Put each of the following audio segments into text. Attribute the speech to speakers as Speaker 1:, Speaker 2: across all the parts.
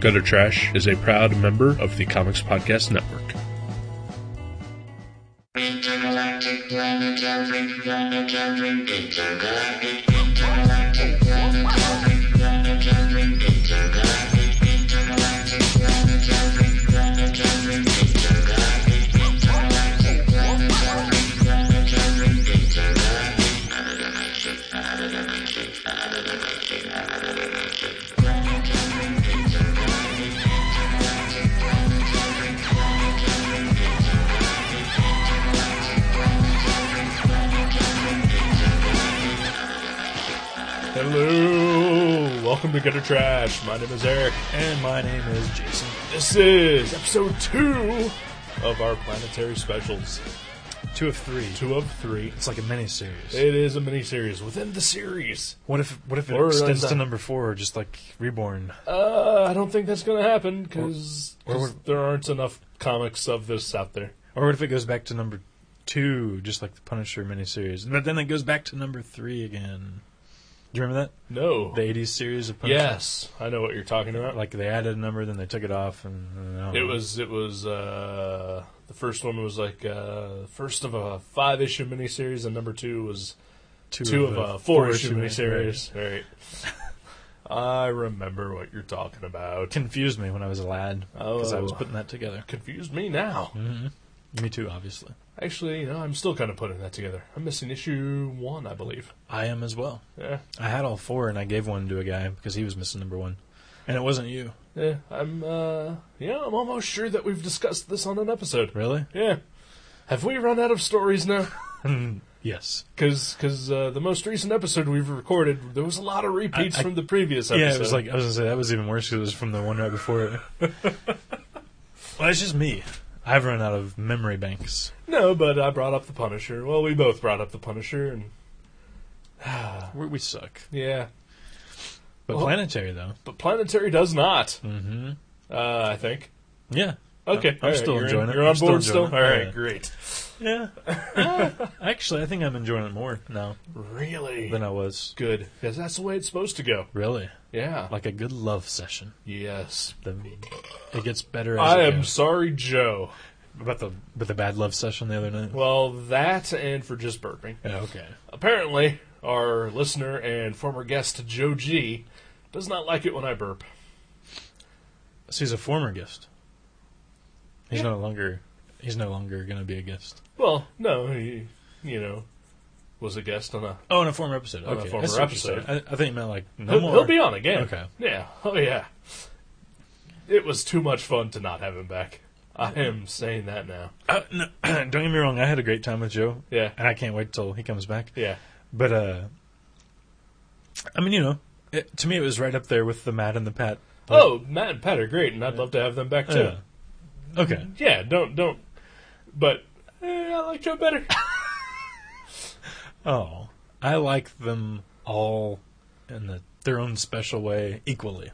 Speaker 1: Gutter Trash is a proud member of the Comics Podcast Network.
Speaker 2: Intergalactic planetary planetary intergalactic intergalactic planetary planetary intergalactic intergalactic planetary planetary intergalactic intergalactic planetary planetary intergalactic intergalactic intergalactic intergalactic intergalactic planetary intergalactic intergalactic planetary planetary intergalactic
Speaker 1: Hello, welcome to Gutter Trash. My name is Eric,
Speaker 3: And my name is Jason.
Speaker 1: this is episode two of our planetary specials.
Speaker 3: Two of three.
Speaker 1: Two of three.
Speaker 3: It's like a mini series.
Speaker 1: It is a mini series within the series.
Speaker 3: What if what if it
Speaker 1: Or
Speaker 3: extends
Speaker 1: like
Speaker 3: to
Speaker 1: that.
Speaker 3: number four, just like Reborn?
Speaker 1: Uh, I don't think that's going to happen because
Speaker 3: Or- or would-
Speaker 1: there aren't enough comics of this out there.
Speaker 3: Or what if it goes back to number two, just like the Punisher miniseries? But then it goes back to number three again. Do you remember
Speaker 1: No.
Speaker 3: that? The '80s series of Punisher.
Speaker 1: yes, I know what you're talking about.
Speaker 3: Like they added a number, then they took it off, and and I don't
Speaker 1: It
Speaker 3: know.
Speaker 1: was it was uh, the first one was like uh, first of a five issue miniseries, and number two was two, of,
Speaker 3: the
Speaker 1: a four issue
Speaker 3: miniseries.
Speaker 1: miniseries. Right. I remember what you're talking about.
Speaker 3: Confused me when I was a lad because I was
Speaker 1: Oh.
Speaker 3: putting that together. Mm-hmm.
Speaker 1: Confused me now.
Speaker 3: Me too, obviously.
Speaker 1: Actually, no, I'm still kind of putting that together. I'm missing issue one, I believe.
Speaker 3: I am as well.
Speaker 1: Yeah,
Speaker 3: I had all four, and I gave one to a guy because he was missing number one, and it wasn't you,
Speaker 1: yeah. I'm uh, yeah. I'm almost sure that we've discussed this on an episode.
Speaker 3: really?
Speaker 1: Yeah. Have we run out of stories now?
Speaker 3: Yes.
Speaker 1: Because uh, the most recent episode we've recorded, there was a lot of repeats
Speaker 3: I- I-
Speaker 1: from the previous episode.
Speaker 3: Yeah, it was like I was gonna say that was even worse because it was from the one right before it. well, it's just me. I've run out of memory banks.
Speaker 1: no, but I brought up the Punisher. Well, we both brought up the Punisher, and
Speaker 3: we we suck.
Speaker 1: yeah,
Speaker 3: But
Speaker 1: Well-
Speaker 3: planetary though.
Speaker 1: but Planetary does not.
Speaker 3: Mm-hmm.
Speaker 1: Uh, I think.
Speaker 3: Yeah.
Speaker 1: Okay,
Speaker 3: I'm
Speaker 1: all right,
Speaker 3: still
Speaker 1: you're
Speaker 3: enjoying
Speaker 1: in,
Speaker 3: it.
Speaker 1: You're on
Speaker 3: I'm still
Speaker 1: board
Speaker 3: enjoying
Speaker 1: still.
Speaker 3: it.
Speaker 1: All right,
Speaker 3: Yeah.
Speaker 1: great.
Speaker 3: Yeah. Actually, I think I'm enjoying it more now
Speaker 1: Really
Speaker 3: than I was.
Speaker 1: good, because that's the way it's supposed to go.
Speaker 3: Really,
Speaker 1: Yeah.
Speaker 3: like a good love session.
Speaker 1: yes.
Speaker 3: The, it gets better. As
Speaker 1: I
Speaker 3: it
Speaker 1: am
Speaker 3: goes.
Speaker 1: sorry, Joe.
Speaker 3: about the but the bad love session the other night.
Speaker 1: Well, that and for just burping.
Speaker 3: yeah, okay.
Speaker 1: Apparently, our listener and former guest Joe G does not like it when I burp.
Speaker 3: So he's a former guest. He's
Speaker 1: Yeah.
Speaker 3: no longer. He's no longer going to be a guest.
Speaker 1: Well, no, he, you know, was a guest on a.
Speaker 3: Oh, in a former episode.
Speaker 1: On a
Speaker 3: Okay,
Speaker 1: former
Speaker 3: I see what you
Speaker 1: episode.
Speaker 3: said. I, I think you meant like no
Speaker 1: he'll,
Speaker 3: more.
Speaker 1: he'll be on again.
Speaker 3: Okay.
Speaker 1: Yeah. Oh yeah. It was too much fun to not have him back. I am saying that now.
Speaker 3: Uh, no, don't get me wrong. I had a great time with Joe,
Speaker 1: Yeah.
Speaker 3: and I can't wait till he comes back.
Speaker 1: Yeah.
Speaker 3: But uh, I mean, you know, it, to me, it was right up there with the Matt and the Pat.
Speaker 1: Oh, Matt and Pat are great, and I'd love to have them back too.
Speaker 3: yeah. Okay.
Speaker 1: Yeah, Don't don't. But eh, I like Joe better.
Speaker 3: Oh, I like them all in the, their own special way equally.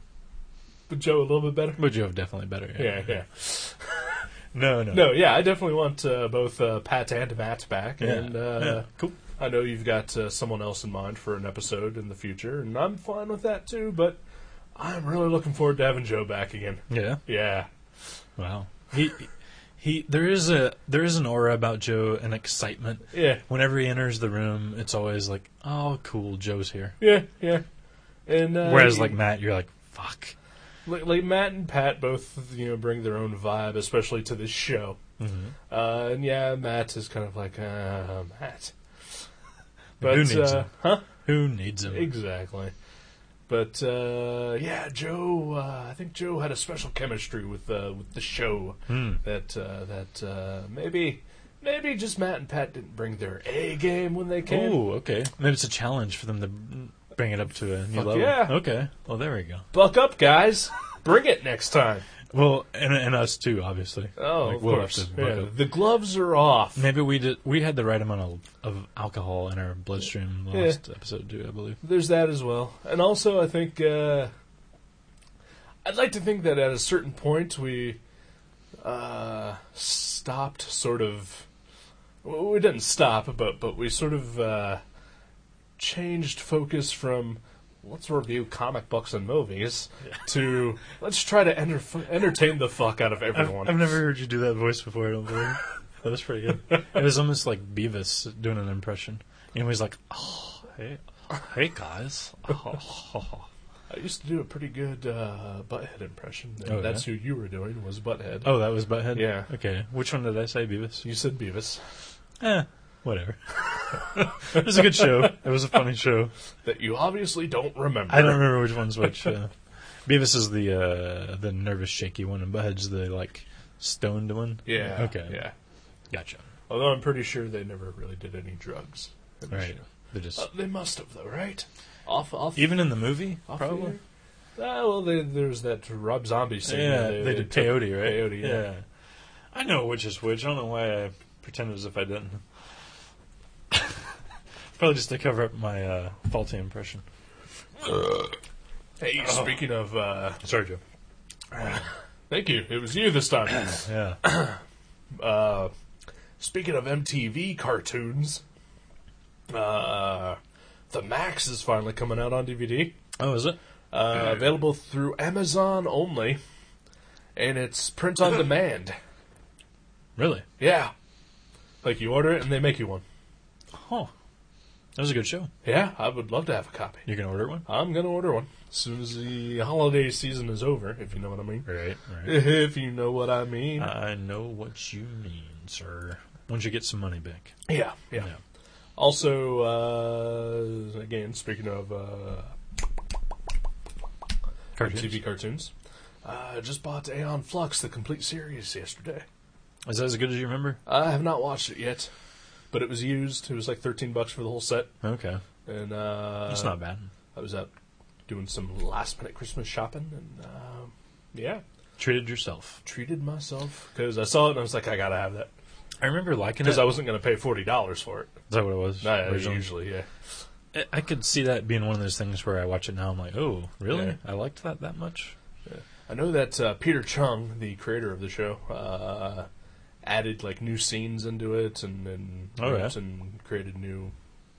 Speaker 1: but Joe a little bit better.
Speaker 3: But Joe definitely better.
Speaker 1: Yeah. Yeah.
Speaker 3: No, no,
Speaker 1: No. Yeah. I definitely want uh, both uh, Pat and Matt back.
Speaker 3: Yeah.
Speaker 1: And uh,
Speaker 3: yeah. Cool.
Speaker 1: I know you've got uh, someone else in mind for an episode in the future, and I'm fine with that too, but I'm really looking forward to having Joe back again.
Speaker 3: Yeah.
Speaker 1: Yeah.
Speaker 3: Wow. He he there is a there is an aura about Joe, an excitement.
Speaker 1: Yeah.
Speaker 3: Whenever he enters the room, it's always like, "Oh, cool, Joe's here."
Speaker 1: Yeah. Yeah. And uh,
Speaker 3: Whereas like Matt, you're like, "Fuck."
Speaker 1: like, like Matt and Pat both you know bring their own vibe, especially to this show.
Speaker 3: Mm-hmm.
Speaker 1: Uh, and yeah, Matt is kind of like uh, Matt,
Speaker 3: Who needs
Speaker 1: uh,
Speaker 3: him?
Speaker 1: huh?
Speaker 3: Who needs him?
Speaker 1: Exactly. But uh, yeah, Joe. Uh, I think Joe had a special chemistry with uh, with the show
Speaker 3: Hmm.
Speaker 1: that uh, that uh, maybe maybe just Matt and Pat didn't bring their A game when they came.
Speaker 3: Oh, okay. Maybe it's a challenge for them to bring it up to a new
Speaker 1: Fuck
Speaker 3: level.
Speaker 1: yeah.
Speaker 3: Okay. Well, there we go.
Speaker 1: Buck up, guys! bring it next time.
Speaker 3: Well, and, and us too, obviously.
Speaker 1: Oh,
Speaker 3: Like,
Speaker 1: of
Speaker 3: we'll have
Speaker 1: course.
Speaker 3: to buck
Speaker 1: Yeah,
Speaker 3: up.
Speaker 1: the gloves are off.
Speaker 3: Maybe we did. We had the right amount of, of alcohol in our bloodstream last episode too, I believe.
Speaker 1: There's that as well, and also I think uh, I'd like to think that at a certain point we uh, stopped, sort of. Well, we didn't stop, but but we sort of uh, changed focus from let's review comic books and movies to let's try to enter- entertain the fuck out of
Speaker 3: I've,
Speaker 1: everyone.
Speaker 3: I've never heard you do that voice before. I don't believe. that was pretty good. It was almost like Beavis doing an impression. You know, he's like, oh, hey, hey guys. Oh,
Speaker 1: I used to do a pretty good uh, Butthead impression. And
Speaker 3: Oh,
Speaker 1: that's who you were doing was Butthead.
Speaker 3: oh, that was Butthead.
Speaker 1: Yeah.
Speaker 3: Okay. Which one did I say, Beavis?
Speaker 1: You said Beavis.
Speaker 3: Eh, whatever. it was a good show. It was a funny show.
Speaker 1: That you obviously don't remember.
Speaker 3: I don't remember which one's which. Uh, Beavis is the uh, the nervous, shaky one, and Butthead's the like stoned one.
Speaker 1: Yeah.
Speaker 3: Okay.
Speaker 1: Yeah.
Speaker 3: Gotcha.
Speaker 1: Although I'm pretty sure they never really did any drugs. in the
Speaker 3: Right.
Speaker 1: show.
Speaker 3: They're just
Speaker 1: Uh, they must have though, right? Off, off,
Speaker 3: even in the movie,
Speaker 1: off the
Speaker 3: probably.
Speaker 1: air? Ah, well, they, there's that Rob Zombie scene.
Speaker 3: yeah,
Speaker 1: where
Speaker 3: they, did
Speaker 1: took-
Speaker 3: peyote, right?
Speaker 1: Peyote, yeah.
Speaker 3: I know which is which. I don't know why I pretended as if I didn't. Probably just to cover up my uh, faulty impression.
Speaker 1: Hey,
Speaker 3: Oh.
Speaker 1: speaking of, uh,
Speaker 3: Sorry, Joe.
Speaker 1: thank you. It was you this time.
Speaker 3: Yeah.
Speaker 1: uh, speaking of MTV cartoons, uh, the Max is finally coming out on DVD.
Speaker 3: oh, is it?
Speaker 1: Uh, available through Amazon only, and it's print on demand.
Speaker 3: Really?
Speaker 1: Yeah, like you order it and they make you one.
Speaker 3: Huh. That was a good show.
Speaker 1: Yeah, I would love to have a copy.
Speaker 3: You can order one.
Speaker 1: I'm gonna order one as soon as the holiday season is over, if you know what I mean.
Speaker 3: Right. Right.
Speaker 1: If you know what I mean.
Speaker 3: I know what you mean, sir. Once you get some money back.
Speaker 1: yeah, yeah. Also, uh, again, speaking of uh,
Speaker 3: Cartoons.
Speaker 1: TV cartoons, I just bought Aeon Flux, the complete series, yesterday.
Speaker 3: Is that as good as you remember?
Speaker 1: I have not watched it yet, but it was used. It was like 13 bucks for the whole set,
Speaker 3: Okay.
Speaker 1: and uh,
Speaker 3: That's not bad.
Speaker 1: I was out doing some last minute Christmas shopping, and um yeah,
Speaker 3: Treated yourself.
Speaker 1: treated myself because I saw it and I was like, I gotta have that
Speaker 3: I remember liking it.
Speaker 1: because I wasn't gonna pay forty dollars for it.
Speaker 3: Is that what it was?
Speaker 1: I,
Speaker 3: originally?
Speaker 1: usually, yeah.
Speaker 3: I- I could see that being one of those things where I watch it now. I'm like, oh, really?
Speaker 1: Yeah.
Speaker 3: I liked that that much.
Speaker 1: I know that uh, Peter Chung, the creator of the show, uh, added like new scenes into it and and,
Speaker 3: Oh, yeah.
Speaker 1: and created new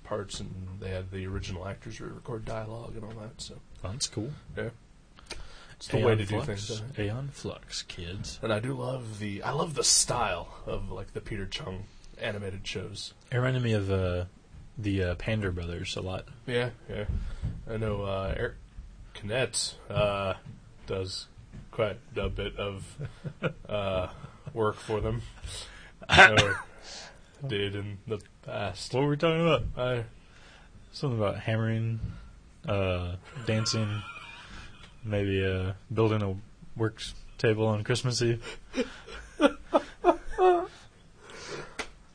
Speaker 1: parts, and they had the original actors re-record dialogue and all that. So
Speaker 3: Well, that's cool.
Speaker 1: yeah, it's the way to do things. I think.
Speaker 3: Aeon Flux, kids.
Speaker 1: And I do love the I love the style of like the Peter Chung animated shows.
Speaker 3: It reminded me of uh, the uh, Pander Brothers a lot.
Speaker 1: Yeah, yeah. I know uh, Eric Kinnett, uh does quite a bit of uh, work for them. Or did in the past.
Speaker 3: What were we talking about?
Speaker 1: I,
Speaker 3: Something about hammering, uh, dancing, maybe uh, building a work table on Christmas Eve.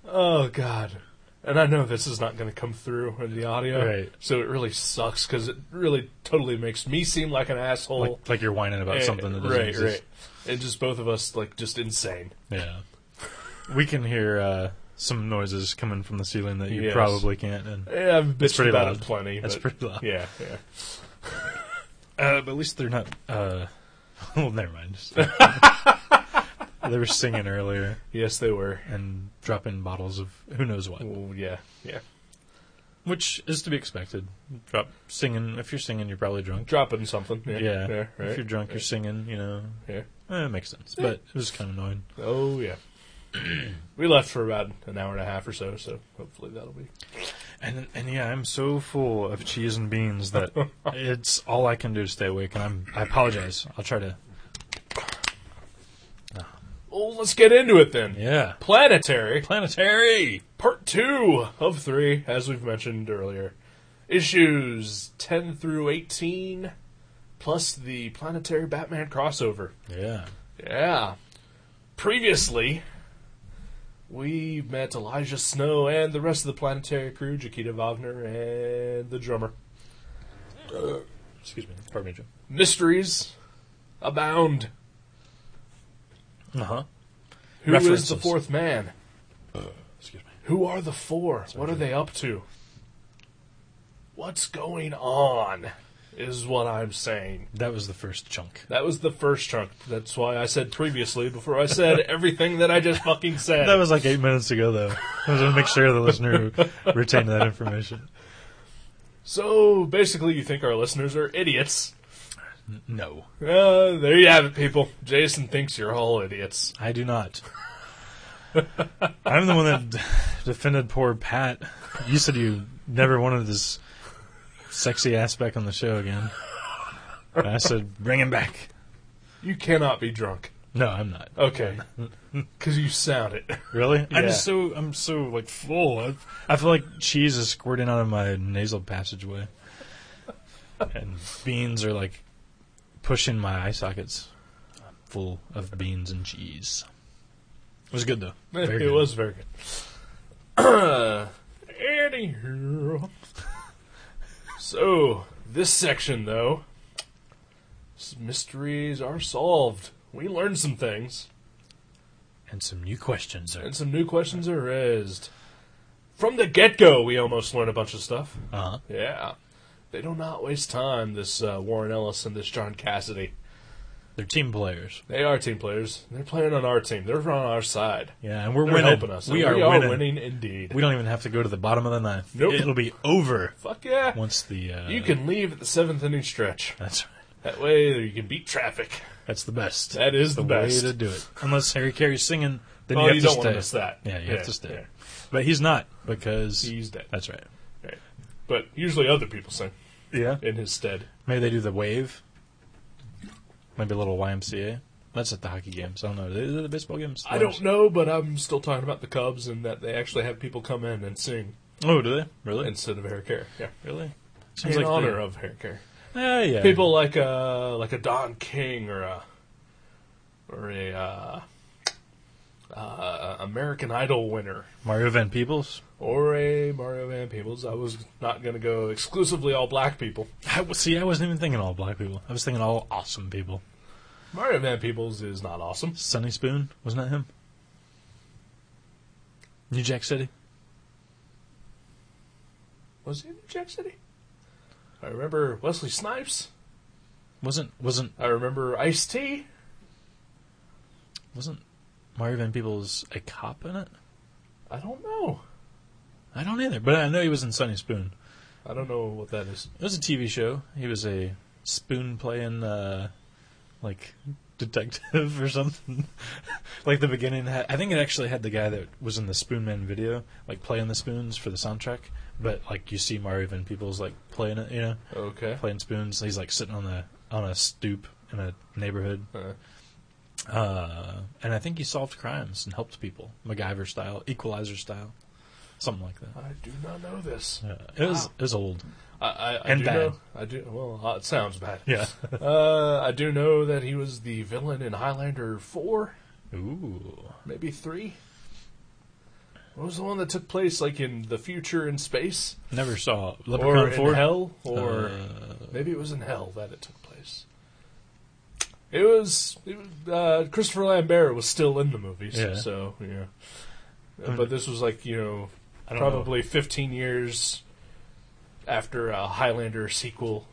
Speaker 1: oh, God. And I know this is not going to come through in the audio,
Speaker 3: Right.
Speaker 1: so it really sucks because it really totally makes me seem like an asshole.
Speaker 3: Like, like you're whining about
Speaker 1: Eh,
Speaker 3: something that doesn't
Speaker 1: right,
Speaker 3: exist.
Speaker 1: right. And just both of us like just insane.
Speaker 3: Yeah. We can hear uh, some noises coming from the ceiling that you
Speaker 1: Yes.
Speaker 3: probably can't. And
Speaker 1: Yeah, Eh, I've bitched
Speaker 3: pretty
Speaker 1: about
Speaker 3: loud.
Speaker 1: it plenty.
Speaker 3: That's
Speaker 1: but
Speaker 3: pretty loud.
Speaker 1: Yeah, yeah.
Speaker 3: Uh, but at least they're not. Uh, well, never mind. they were singing earlier
Speaker 1: Yes, they were.
Speaker 3: and dropping bottles of who knows what,
Speaker 1: Oh, yeah, yeah.
Speaker 3: which is to be expected. Drop singing. If you're singing, you're probably drunk.
Speaker 1: dropping something. Yeah,
Speaker 3: yeah.
Speaker 1: yeah, right.
Speaker 3: If you're drunk,
Speaker 1: yeah.
Speaker 3: you're singing. You know,
Speaker 1: yeah.
Speaker 3: eh, it makes sense. But it was kind of annoying.
Speaker 1: Oh yeah. we left for about an hour and a half or so, so hopefully that'll be.
Speaker 3: And and yeah, I'm so full of cheese and beans that it's all I can do to stay awake. And I'm. I apologize. I'll try to.
Speaker 1: Well, let's get into it then.
Speaker 3: Yeah.
Speaker 1: Planetary
Speaker 3: Planetary.
Speaker 1: part two of three, as we've mentioned earlier, issues ten through eighteen, plus the planetary Batman crossover.
Speaker 3: Yeah.
Speaker 1: Yeah. Previously, we met Elijah Snow and the rest of the planetary crew, Jakita Wagner and the drummer.
Speaker 3: Excuse me. Pardon me, Joe.
Speaker 1: Mysteries abound.
Speaker 3: Uh huh.
Speaker 1: Who is the
Speaker 3: References.
Speaker 1: fourth man?
Speaker 3: Excuse me.
Speaker 1: Who are the four? what are they up to? What's going on? Is what I'm saying.
Speaker 3: That was the first chunk.
Speaker 1: That was the first chunk. That's why I said previously before I said everything that I just fucking said.
Speaker 3: That was like eight minutes ago, though. I was going to make sure the listener retained that information.
Speaker 1: So basically, you think our listeners are idiots.
Speaker 3: N- no,
Speaker 1: Uh, there you have it, people. Jason thinks you're all idiots.
Speaker 3: I do not. I'm the one that d- defended poor Pat. You said you never wanted this sexy aspect on the show again. And I said, bring him back.
Speaker 1: You cannot be drunk.
Speaker 3: No, I'm not.
Speaker 1: Okay. Because you sound it.
Speaker 3: Really?
Speaker 1: Yeah.
Speaker 3: I'm just so I'm so like full. I, I feel like cheese is squirting out of my nasal passageway, and beans are like pushing my eye sockets. I'm full of beans and cheese. It was good though. Very
Speaker 1: it
Speaker 3: good.
Speaker 1: was very good. Anyhow. so, this section, though, s- mysteries are solved. We learned some things,
Speaker 3: And some new questions. There.
Speaker 1: and some new questions are raised. From the get go, we almost learned a bunch of stuff.
Speaker 3: Uh-huh.
Speaker 1: Yeah. They do not waste time, this uh, Warren Ellis and this John Cassidy.
Speaker 3: They're team players.
Speaker 1: They are team players. They're playing on our team. They're on our side.
Speaker 3: Yeah, and we're
Speaker 1: They're
Speaker 3: winning.
Speaker 1: helping us.
Speaker 3: We,
Speaker 1: We
Speaker 3: are, winning.
Speaker 1: indeed.
Speaker 3: We don't even have to go to the bottom of the ninth.
Speaker 1: Nope.
Speaker 3: It'll be over
Speaker 1: Fuck yeah.
Speaker 3: once the. Uh,
Speaker 1: You can leave at the seventh inning stretch.
Speaker 3: That's right.
Speaker 1: That way you can beat traffic.
Speaker 3: That's the best.
Speaker 1: That is the, best.
Speaker 3: way to do it. Unless Harry Carey's singing, then
Speaker 1: Oh,
Speaker 3: you have
Speaker 1: you
Speaker 3: to
Speaker 1: don't
Speaker 3: stay.
Speaker 1: want to miss that.
Speaker 3: Yeah, you
Speaker 1: Yeah,
Speaker 3: have to stay.
Speaker 1: yeah.
Speaker 3: But he's not because
Speaker 1: He's dead.
Speaker 3: that's right.
Speaker 1: Right. But usually other people sing
Speaker 3: Yeah,
Speaker 1: in his stead.
Speaker 3: maybe they do the wave. Maybe a little YMCA. That's at the hockey games. I don't know. Is it the baseball games?
Speaker 1: I don't know, but I'm still talking about the Cubs and that they actually have people come in and sing
Speaker 3: Oh, do they really?
Speaker 1: instead of hair care. Yeah.
Speaker 3: really?
Speaker 1: In
Speaker 3: Seems like
Speaker 1: honor
Speaker 3: they-
Speaker 1: of hair care.
Speaker 3: Yeah, yeah.
Speaker 1: People like uh like a Don King or a or a uh, uh, American Idol winner
Speaker 3: Mario Van Peebles.
Speaker 1: or a Mario Van Peebles. I was not gonna go exclusively all black people.
Speaker 3: I w see, I wasn't even thinking all black people. I was thinking all awesome people.
Speaker 1: Mario Van Peebles is not awesome.
Speaker 3: Sunny Spoon wasn't that him? New Jack City.
Speaker 1: Was he in New Jack City? I remember Wesley Snipes.
Speaker 3: Wasn't wasn't
Speaker 1: I remember Ice T.
Speaker 3: Wasn't Mario Van Peebles a cop in it?
Speaker 1: I don't know.
Speaker 3: I don't either, but I know he was in Sunny Spoon.
Speaker 1: I don't know what that is.
Speaker 3: It was a TV show. He was a spoon playing, uh, like, detective or something. like, the beginning had, I think it actually had the guy that was in the Spoon Man video, like, playing the spoons for the soundtrack. But, like, you see Mario Van Peebles, like, playing it, you know,
Speaker 1: Okay.
Speaker 3: playing spoons. He's, like, sitting on the, on a stoop in a neighborhood.
Speaker 1: Uh,
Speaker 3: Uh, and I think he solved crimes and helped people, MacGyver style, Equalizer style, something like that.
Speaker 1: I do not know this.
Speaker 3: Yeah, it was
Speaker 1: Wow.
Speaker 3: it was old.
Speaker 1: I, I, I
Speaker 3: And
Speaker 1: do
Speaker 3: bad.
Speaker 1: know. I do. Well, uh, it sounds bad.
Speaker 3: Yeah.
Speaker 1: Uh, I do know that he was the villain in Highlander four,
Speaker 3: Ooh.
Speaker 1: maybe three. What was the one that took place like in the future in space,
Speaker 3: Never
Speaker 1: or
Speaker 3: saw Leprechaun
Speaker 1: in
Speaker 3: Four.
Speaker 1: hell, or
Speaker 3: Uh,
Speaker 1: maybe it was in hell that it took place. It was, it was uh, Christopher Lambert was still in the movies,
Speaker 3: Yeah.
Speaker 1: so yeah.
Speaker 3: Um,
Speaker 1: But this was like you know
Speaker 3: I don't
Speaker 1: probably 15 years after a Highlander sequel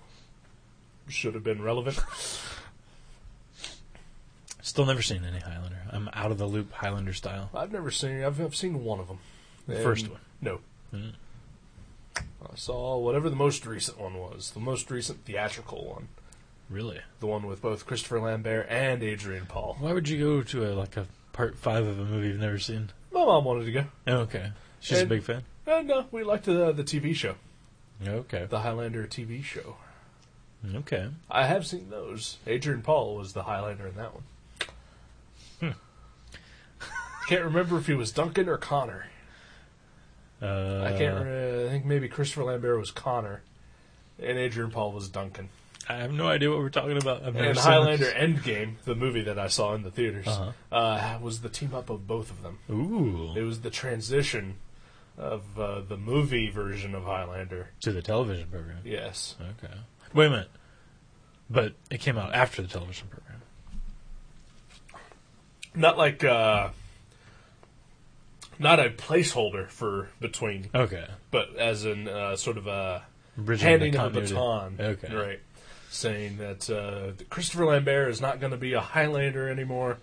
Speaker 1: should have been relevant.
Speaker 3: know. Still never seen any Highlander. I'm out of the loop Highlander style.
Speaker 1: I've never seen. I've, I've seen one of them.
Speaker 3: The first one.
Speaker 1: No.
Speaker 3: Mm.
Speaker 1: I saw whatever the most recent one was. The most recent theatrical one.
Speaker 3: Really?
Speaker 1: The one with both Christopher Lambert and Adrian Paul.
Speaker 3: Why would you go to a, like a part five of a movie you've never seen?
Speaker 1: My mom wanted to go.
Speaker 3: Oh, okay. She's
Speaker 1: And-
Speaker 3: a big fan.
Speaker 1: And no, we liked the the TV show,
Speaker 3: Okay.
Speaker 1: the Highlander TV show.
Speaker 3: Okay.
Speaker 1: I have seen those. Adrian Paul was the Highlander in that one.
Speaker 3: Hmm.
Speaker 1: Can't remember if he was Duncan or Connor.
Speaker 3: Uh,
Speaker 1: I can't. Re- I think maybe Christopher Lambert was Connor, and Adrian Paul was Duncan.
Speaker 3: I have no idea what we're talking about. I've never
Speaker 1: And
Speaker 3: seen
Speaker 1: Highlander
Speaker 3: this.
Speaker 1: Endgame, the movie that I saw in the theaters, uh
Speaker 3: Uh-huh.
Speaker 1: was the team up of both of them. It
Speaker 3: Ooh.
Speaker 1: was the transition of uh, the movie version of Highlander.
Speaker 3: To the television program.
Speaker 1: Yes,
Speaker 3: Okay. Wait a minute. But it came out after the television program.
Speaker 1: not like uh, not a placeholder for between,
Speaker 3: Okay.
Speaker 1: but as in uh, sort of a
Speaker 3: Bridging
Speaker 1: handing of a
Speaker 3: continuity.
Speaker 1: baton.
Speaker 3: Okay.
Speaker 1: Right. Saying that uh, Christopher Lambert is not going to be a Highlander anymore,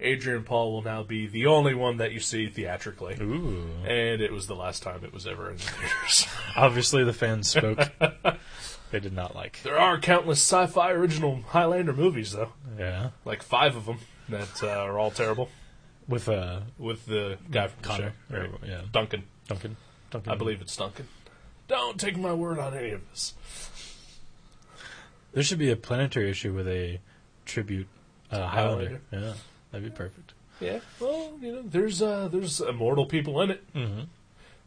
Speaker 1: Adrian Paul will now be the only one that you see theatrically.
Speaker 3: Ooh.
Speaker 1: And it was the last time it was ever in the theaters.
Speaker 3: Obviously, the fans spoke. they did not like.
Speaker 1: there are countless sci-fi original Highlander movies, though,
Speaker 3: Yeah.
Speaker 1: like five of them that uh, are all terrible.
Speaker 3: With uh,
Speaker 1: With the guy from
Speaker 3: Connor.
Speaker 1: the show,
Speaker 3: or-
Speaker 1: right?
Speaker 3: Yeah.
Speaker 1: Duncan.
Speaker 3: Duncan. Duncan.
Speaker 1: I believe it's Duncan. Don't take my word on any of this.
Speaker 3: There should be a planetary issue with a tribute uh, Highlander.
Speaker 1: Highlander.
Speaker 3: Yeah. That'd be perfect.
Speaker 1: Yeah, well, you know, there's uh, there's immortal people in it.
Speaker 3: Mm-hmm.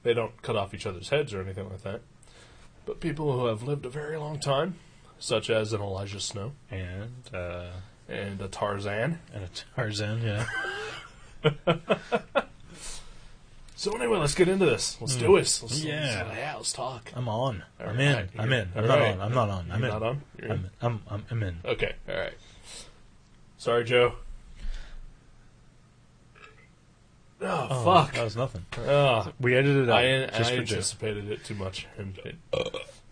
Speaker 1: They don't cut off each other's heads or anything like that. But people who have lived a very long time, such as an Elijah Snow
Speaker 3: And uh,
Speaker 1: and a Tarzan.
Speaker 3: and a Tarzan. Yeah.
Speaker 1: So anyway, let's get into this. Let's do this. Let's,
Speaker 3: Mm. Yeah.
Speaker 1: let's, yeah, let's talk.
Speaker 3: I'm on.
Speaker 1: All
Speaker 3: I'm
Speaker 1: right.
Speaker 3: in. I'm in. I'm
Speaker 1: All
Speaker 3: not
Speaker 1: right.
Speaker 3: on. I'm not on. I'm
Speaker 1: You're
Speaker 3: in.
Speaker 1: not on? You're in?
Speaker 3: I'm in. I'm, I'm, I'm in.
Speaker 1: Okay, all right. Sorry, Joe. Oh, fuck!
Speaker 3: That was nothing.
Speaker 1: Oh,
Speaker 3: We edited it out
Speaker 1: I, an-
Speaker 3: just
Speaker 1: I
Speaker 3: for Joe.
Speaker 1: anticipated it too much. And it-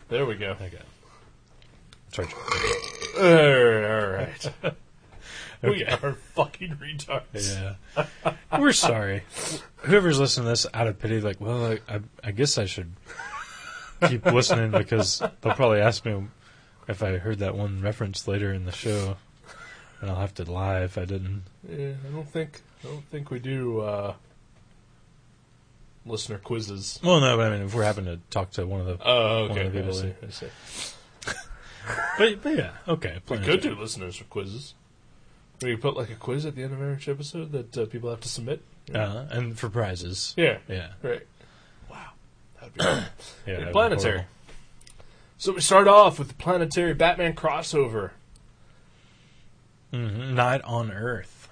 Speaker 1: there we go.
Speaker 3: Okay. Sorry, Joe.
Speaker 1: All right. We
Speaker 3: Okay.
Speaker 1: are fucking retards.
Speaker 3: Yeah. We're sorry. Whoever's listening to this out of pity, like, well, I, I, I guess I should keep listening because they'll probably ask me if I heard that one reference later in the show. And I'll have to lie if I didn't.
Speaker 1: Yeah, I don't think I don't think we do uh, listener quizzes.
Speaker 3: Well, no, but I mean, if we're happen to talk to one of the.
Speaker 1: Oh,
Speaker 3: One
Speaker 1: okay.
Speaker 3: of the
Speaker 1: I
Speaker 3: people
Speaker 1: see, I see.
Speaker 3: But, but yeah, okay.
Speaker 1: We
Speaker 3: Planet
Speaker 1: could do
Speaker 3: Earth.
Speaker 1: listeners quizzes. We could put like a quiz at the end of every episode that uh, people have to submit.
Speaker 3: Uh, and for prizes.
Speaker 1: Yeah,
Speaker 3: Yeah.
Speaker 1: right. Wow, that'd be cool.
Speaker 3: yeah that'd be
Speaker 1: planetary.
Speaker 3: horrible.
Speaker 1: So we start off with the planetary Batman crossover.
Speaker 3: Mhm. Night on Earth.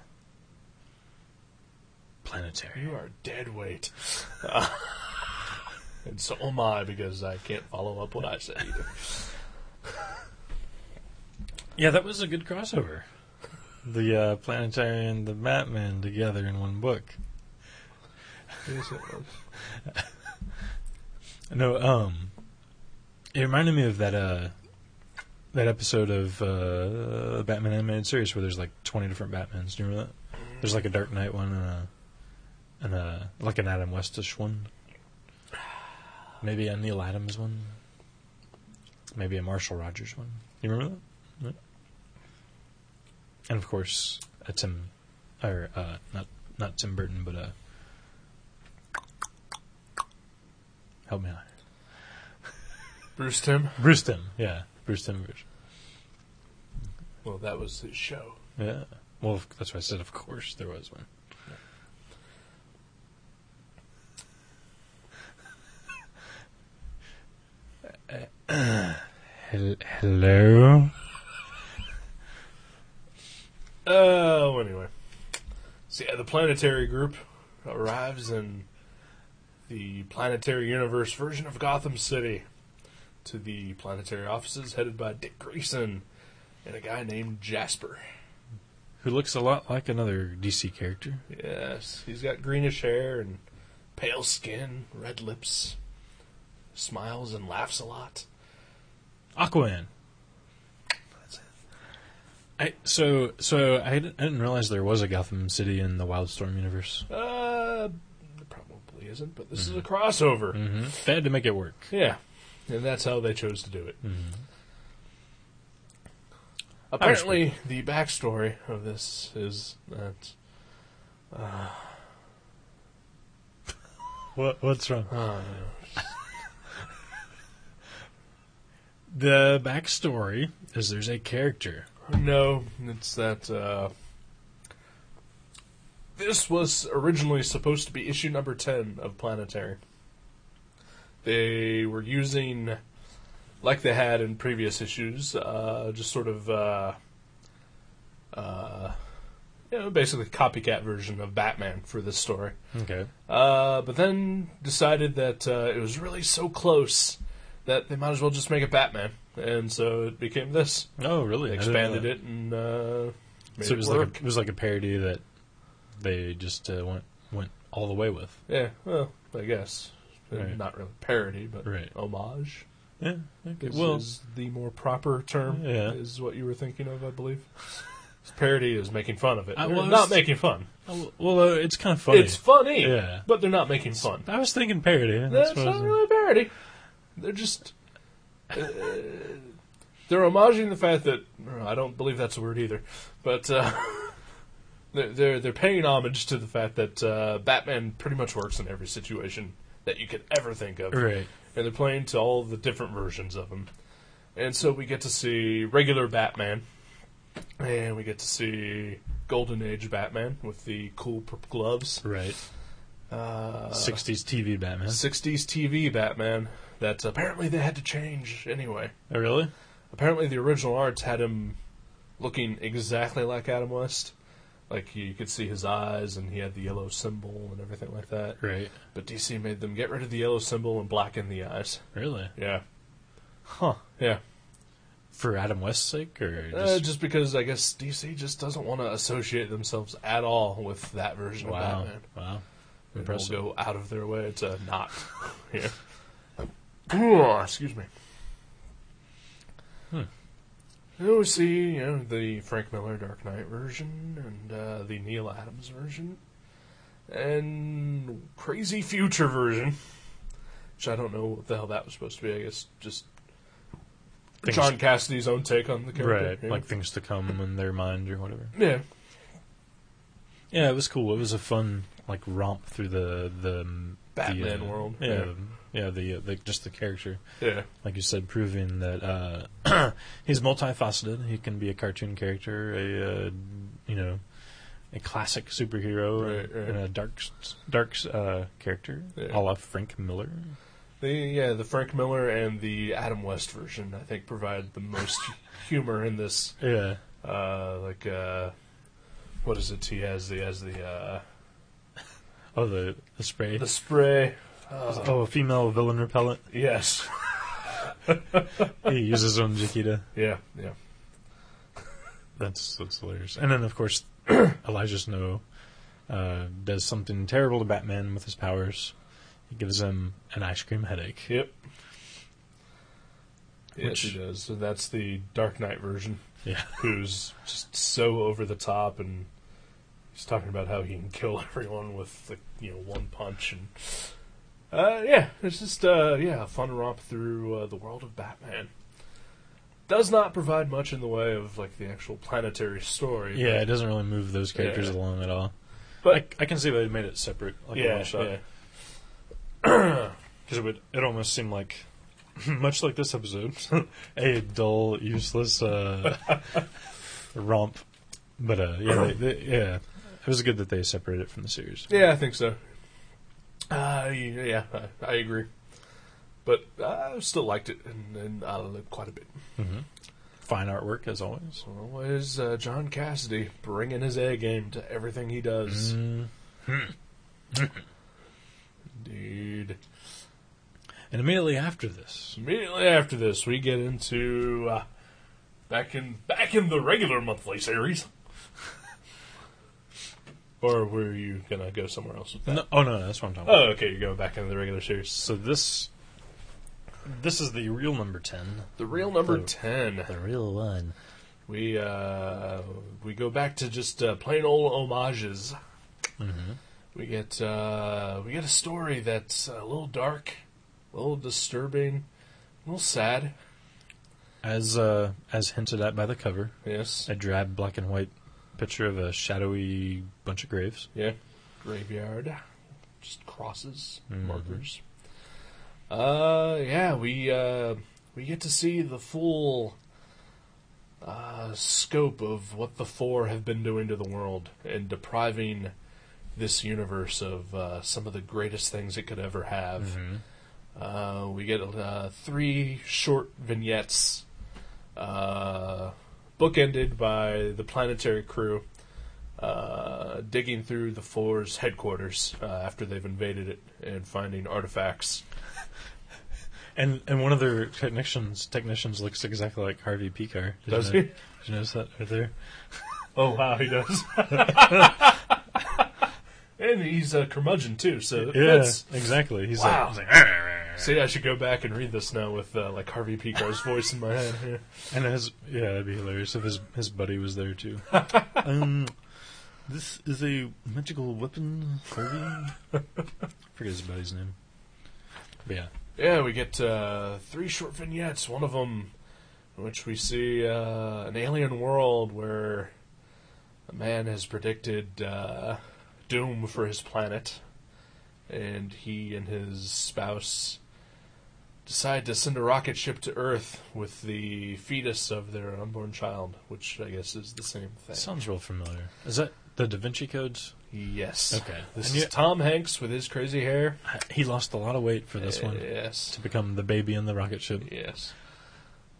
Speaker 3: Planetary.
Speaker 1: You are dead weight. and so am I because I can't follow up what I said either.
Speaker 3: Yeah, that was a good crossover. The uh, planetary and the Batman together in one book. No, um, it reminded me of that uh, that episode of uh, Batman animated series where there's like 20 different Batmans. Do you remember that? There's like a Dark Knight one and a and a like an Adam Westish one. Maybe a Neil Adams one. Maybe a Marshall Rogers one. You remember that? No? And of course, a Tim, or uh, not not Tim Burton, but uh, help me out.
Speaker 1: Bruce Tim.
Speaker 3: Bruce Tim, yeah, Bruce Tim version.
Speaker 1: Well, that was his show.
Speaker 3: Yeah. Well, of- that's why I said, of course, there was one. Hel- Hello?
Speaker 1: Oh, anyway. So yeah, the planetary group arrives in the planetary universe version of Gotham City to the planetary offices headed by Dick Grayson and a guy named Jasper.
Speaker 3: Who looks a lot like another DC character.
Speaker 1: Yes, he's got greenish hair and pale skin, red lips, smiles and laughs a lot.
Speaker 3: Aquaman. I, so, so I didn't, I didn't realize there was a Gotham City in the Wildstorm universe.
Speaker 1: Uh, it probably isn't, but this is a crossover.
Speaker 3: Mm-hmm. They had to make it work.
Speaker 1: Yeah, and that's how they chose to do it.
Speaker 3: Mhm.
Speaker 1: Apparently, the backstory of this is that
Speaker 3: What, what's wrong?
Speaker 1: uh,
Speaker 3: The backstory is there's a character
Speaker 1: no, it's that uh, this was originally supposed to be issue number ten of Planetary. They were using, like they had in previous issues, uh, just sort of. Uh, uh, you know, basically copycat version of Batman for this story.
Speaker 3: Okay.
Speaker 1: Uh, but then decided that uh, it was really so close that they might as well just make it Batman, and so it became this.
Speaker 3: Oh, really?
Speaker 1: They expanded it and uh, made
Speaker 3: So it was
Speaker 1: work.
Speaker 3: like a, it was like a parody that they just uh, went went all the way with.
Speaker 1: yeah, well, I guess
Speaker 3: Right.
Speaker 1: not really parody, but
Speaker 3: Right.
Speaker 1: homage
Speaker 3: Yeah.
Speaker 1: is,
Speaker 3: Well,
Speaker 1: is the more proper term.
Speaker 3: Yeah.
Speaker 1: Is what you were thinking of, I believe. His parody is making fun of it.
Speaker 3: I
Speaker 1: They're
Speaker 3: was-
Speaker 1: not making fun.
Speaker 3: Oh, Well, uh, it's kind of funny.
Speaker 1: It's funny,
Speaker 3: Yeah.
Speaker 1: but they're not making fun.
Speaker 3: I was thinking parody. That's
Speaker 1: That's
Speaker 3: what I was
Speaker 1: not really a parody. They're just uh, they're homaging the fact that I don't believe that's a word either, but uh, they're, they're they're paying homage to the fact that uh, Batman pretty much works in every situation that you could ever think of,
Speaker 3: Right.
Speaker 1: and they're playing to all the different versions of him, and so we get to see regular Batman, and we get to see Golden Age Batman with the cool purple gloves.
Speaker 3: Right.
Speaker 1: Uh,
Speaker 3: 60s TV Batman.
Speaker 1: 60s TV Batman that apparently they had to change anyway.
Speaker 3: Oh, really?
Speaker 1: Apparently, the original arts had him looking exactly like Adam West. Like, you could see his eyes and he had the yellow symbol and everything like that.
Speaker 3: Right.
Speaker 1: But DC made them get rid of the yellow symbol and blacken the eyes.
Speaker 3: Really?
Speaker 1: Yeah.
Speaker 3: Huh.
Speaker 1: Yeah.
Speaker 3: For Adam West's sake, or
Speaker 1: Just, uh,
Speaker 3: just,
Speaker 1: just because I guess DC just doesn't want to associate themselves at all with that version
Speaker 3: wow,
Speaker 1: of Batman.
Speaker 3: wow,
Speaker 1: They'll
Speaker 3: impressive.
Speaker 1: go out of their way to not. yeah. Excuse me.
Speaker 3: Hmm.
Speaker 1: Then we see you know, the Frank Miller Dark Knight version and uh, the Neil Adams version and Crazy Future version, which I don't know what the hell that was supposed to be. I guess just
Speaker 3: Things-
Speaker 1: John Cassidy's own take on the character.
Speaker 3: right?
Speaker 1: yeah.
Speaker 3: Like things to come in their mind or whatever.
Speaker 1: yeah,
Speaker 3: Yeah, it was cool. It was a fun like romp through the the um, the,
Speaker 1: Batman
Speaker 3: uh,
Speaker 1: world.
Speaker 3: Yeah, yeah, the, uh, the just the character,
Speaker 1: yeah,
Speaker 3: like you said, proving that uh, he's multifaceted. He can be a cartoon character, a uh, you know, a classic superhero,
Speaker 1: Right, right.
Speaker 3: and a dark s- dark s- uh, character,
Speaker 1: Yeah.
Speaker 3: a la Frank Miller.
Speaker 1: The yeah, the Frank Miller and the Adam West version, I think, provide the most humor in this.
Speaker 3: Yeah,
Speaker 1: Uh, like, uh, what is it? He has the has the uh,
Speaker 3: oh the the spray.
Speaker 1: the spray. Uh,
Speaker 3: Oh, a female villain repellent.
Speaker 1: yes,
Speaker 3: He uses his own Jakita.
Speaker 1: yeah, yeah,
Speaker 3: That's that's hilarious. And then of course Elijah Snow uh, does something terrible to Batman with his powers. He gives him an ice cream headache.
Speaker 1: yep. Yes,
Speaker 3: Which-
Speaker 1: he does. So that's the Dark Knight version,
Speaker 3: Yeah.
Speaker 1: who's just so over the top, and he's talking about how he can kill everyone with like you know one punch, and uh, yeah, it's just uh, yeah, a fun romp through uh, the world of Batman. Does not provide much in the way of like the actual planetary story.
Speaker 3: Yeah, it doesn't really move those characters
Speaker 1: Yeah.
Speaker 3: along at all.
Speaker 1: but
Speaker 3: I can see they made it separate, like
Speaker 1: yeah, yeah,
Speaker 3: Because it would, it almost seemed like, much like this episode, a dull, useless uh, romp. But uh, yeah, they, they, yeah, it was good that they separated it from the series.
Speaker 1: Yeah, I think so. Uh, yeah, I, I agree. But I still liked it, and, and I loved it quite a bit.
Speaker 3: hmm Fine artwork, as
Speaker 1: So
Speaker 3: always.
Speaker 1: always uh, John Cassidy bringing his A game to everything he does.
Speaker 3: Mm-hmm.
Speaker 1: Mm-hmm. Indeed.
Speaker 3: And immediately after this,
Speaker 1: Immediately after this, we get into uh, back in back in the regular monthly series. or were you gonna go somewhere else with that?
Speaker 3: no, oh no, no, that's what I'm talking about.
Speaker 1: Oh, okay, you're going back into the regular series.
Speaker 3: So this, this is the real number ten,
Speaker 1: The real number
Speaker 3: The-
Speaker 1: ten.
Speaker 3: the real one.
Speaker 1: We uh, we go back to just uh, plain old homages. We get uh, we get a story that's a little dark, a little disturbing, a little sad.
Speaker 3: As uh, as hinted at by the cover,
Speaker 1: Yes,
Speaker 3: a drab black and white picture of a shadowy bunch of graves.
Speaker 1: yeah, graveyard, just crosses,
Speaker 3: Mhm.
Speaker 1: markers. Uh, yeah, we uh, we get to see the full uh, scope of what the four have been doing to the world and depriving this universe of uh, some of the greatest things it could ever have.
Speaker 3: Mm-hmm.
Speaker 1: Uh, we get uh, three short vignettes, uh, bookended by the planetary crew uh, digging through the Four's headquarters uh, after they've invaded it and finding artifacts.
Speaker 3: And and one of their technicians technicians looks exactly like Harvey Picar. Did
Speaker 1: Does
Speaker 3: you
Speaker 1: he?
Speaker 3: know- Did you notice that right there?
Speaker 1: Oh wow, he does. and he's a curmudgeon too, so it
Speaker 3: Yeah,
Speaker 1: fits.
Speaker 3: exactly. He's
Speaker 1: Wow.
Speaker 3: like, he's like, "Arr, arr, arr."
Speaker 1: See, I should go back and read this now with uh, like Harvey P. Carr's voice in my head. Yeah.
Speaker 3: And his yeah, that'd be hilarious if his his buddy was there too. um, this is a magical weapon. Harvey? Forget his buddy's name. But yeah,
Speaker 1: Yeah, we get uh, three short vignettes. One of them, in which we see uh, an alien world where a man has predicted uh, doom for his planet, and he and his spouse decide to send a rocket ship to Earth with the fetus of their unborn child, which I guess is the same thing.
Speaker 3: sounds real familiar. Is that the Da Vinci Codes?
Speaker 1: yes.
Speaker 3: Okay.
Speaker 1: This
Speaker 3: And
Speaker 1: is
Speaker 3: you-
Speaker 1: Tom Hanks with his crazy hair.
Speaker 3: He lost a lot of weight for this one
Speaker 1: Yes.
Speaker 3: to become the baby in the rocket ship.
Speaker 1: Yes.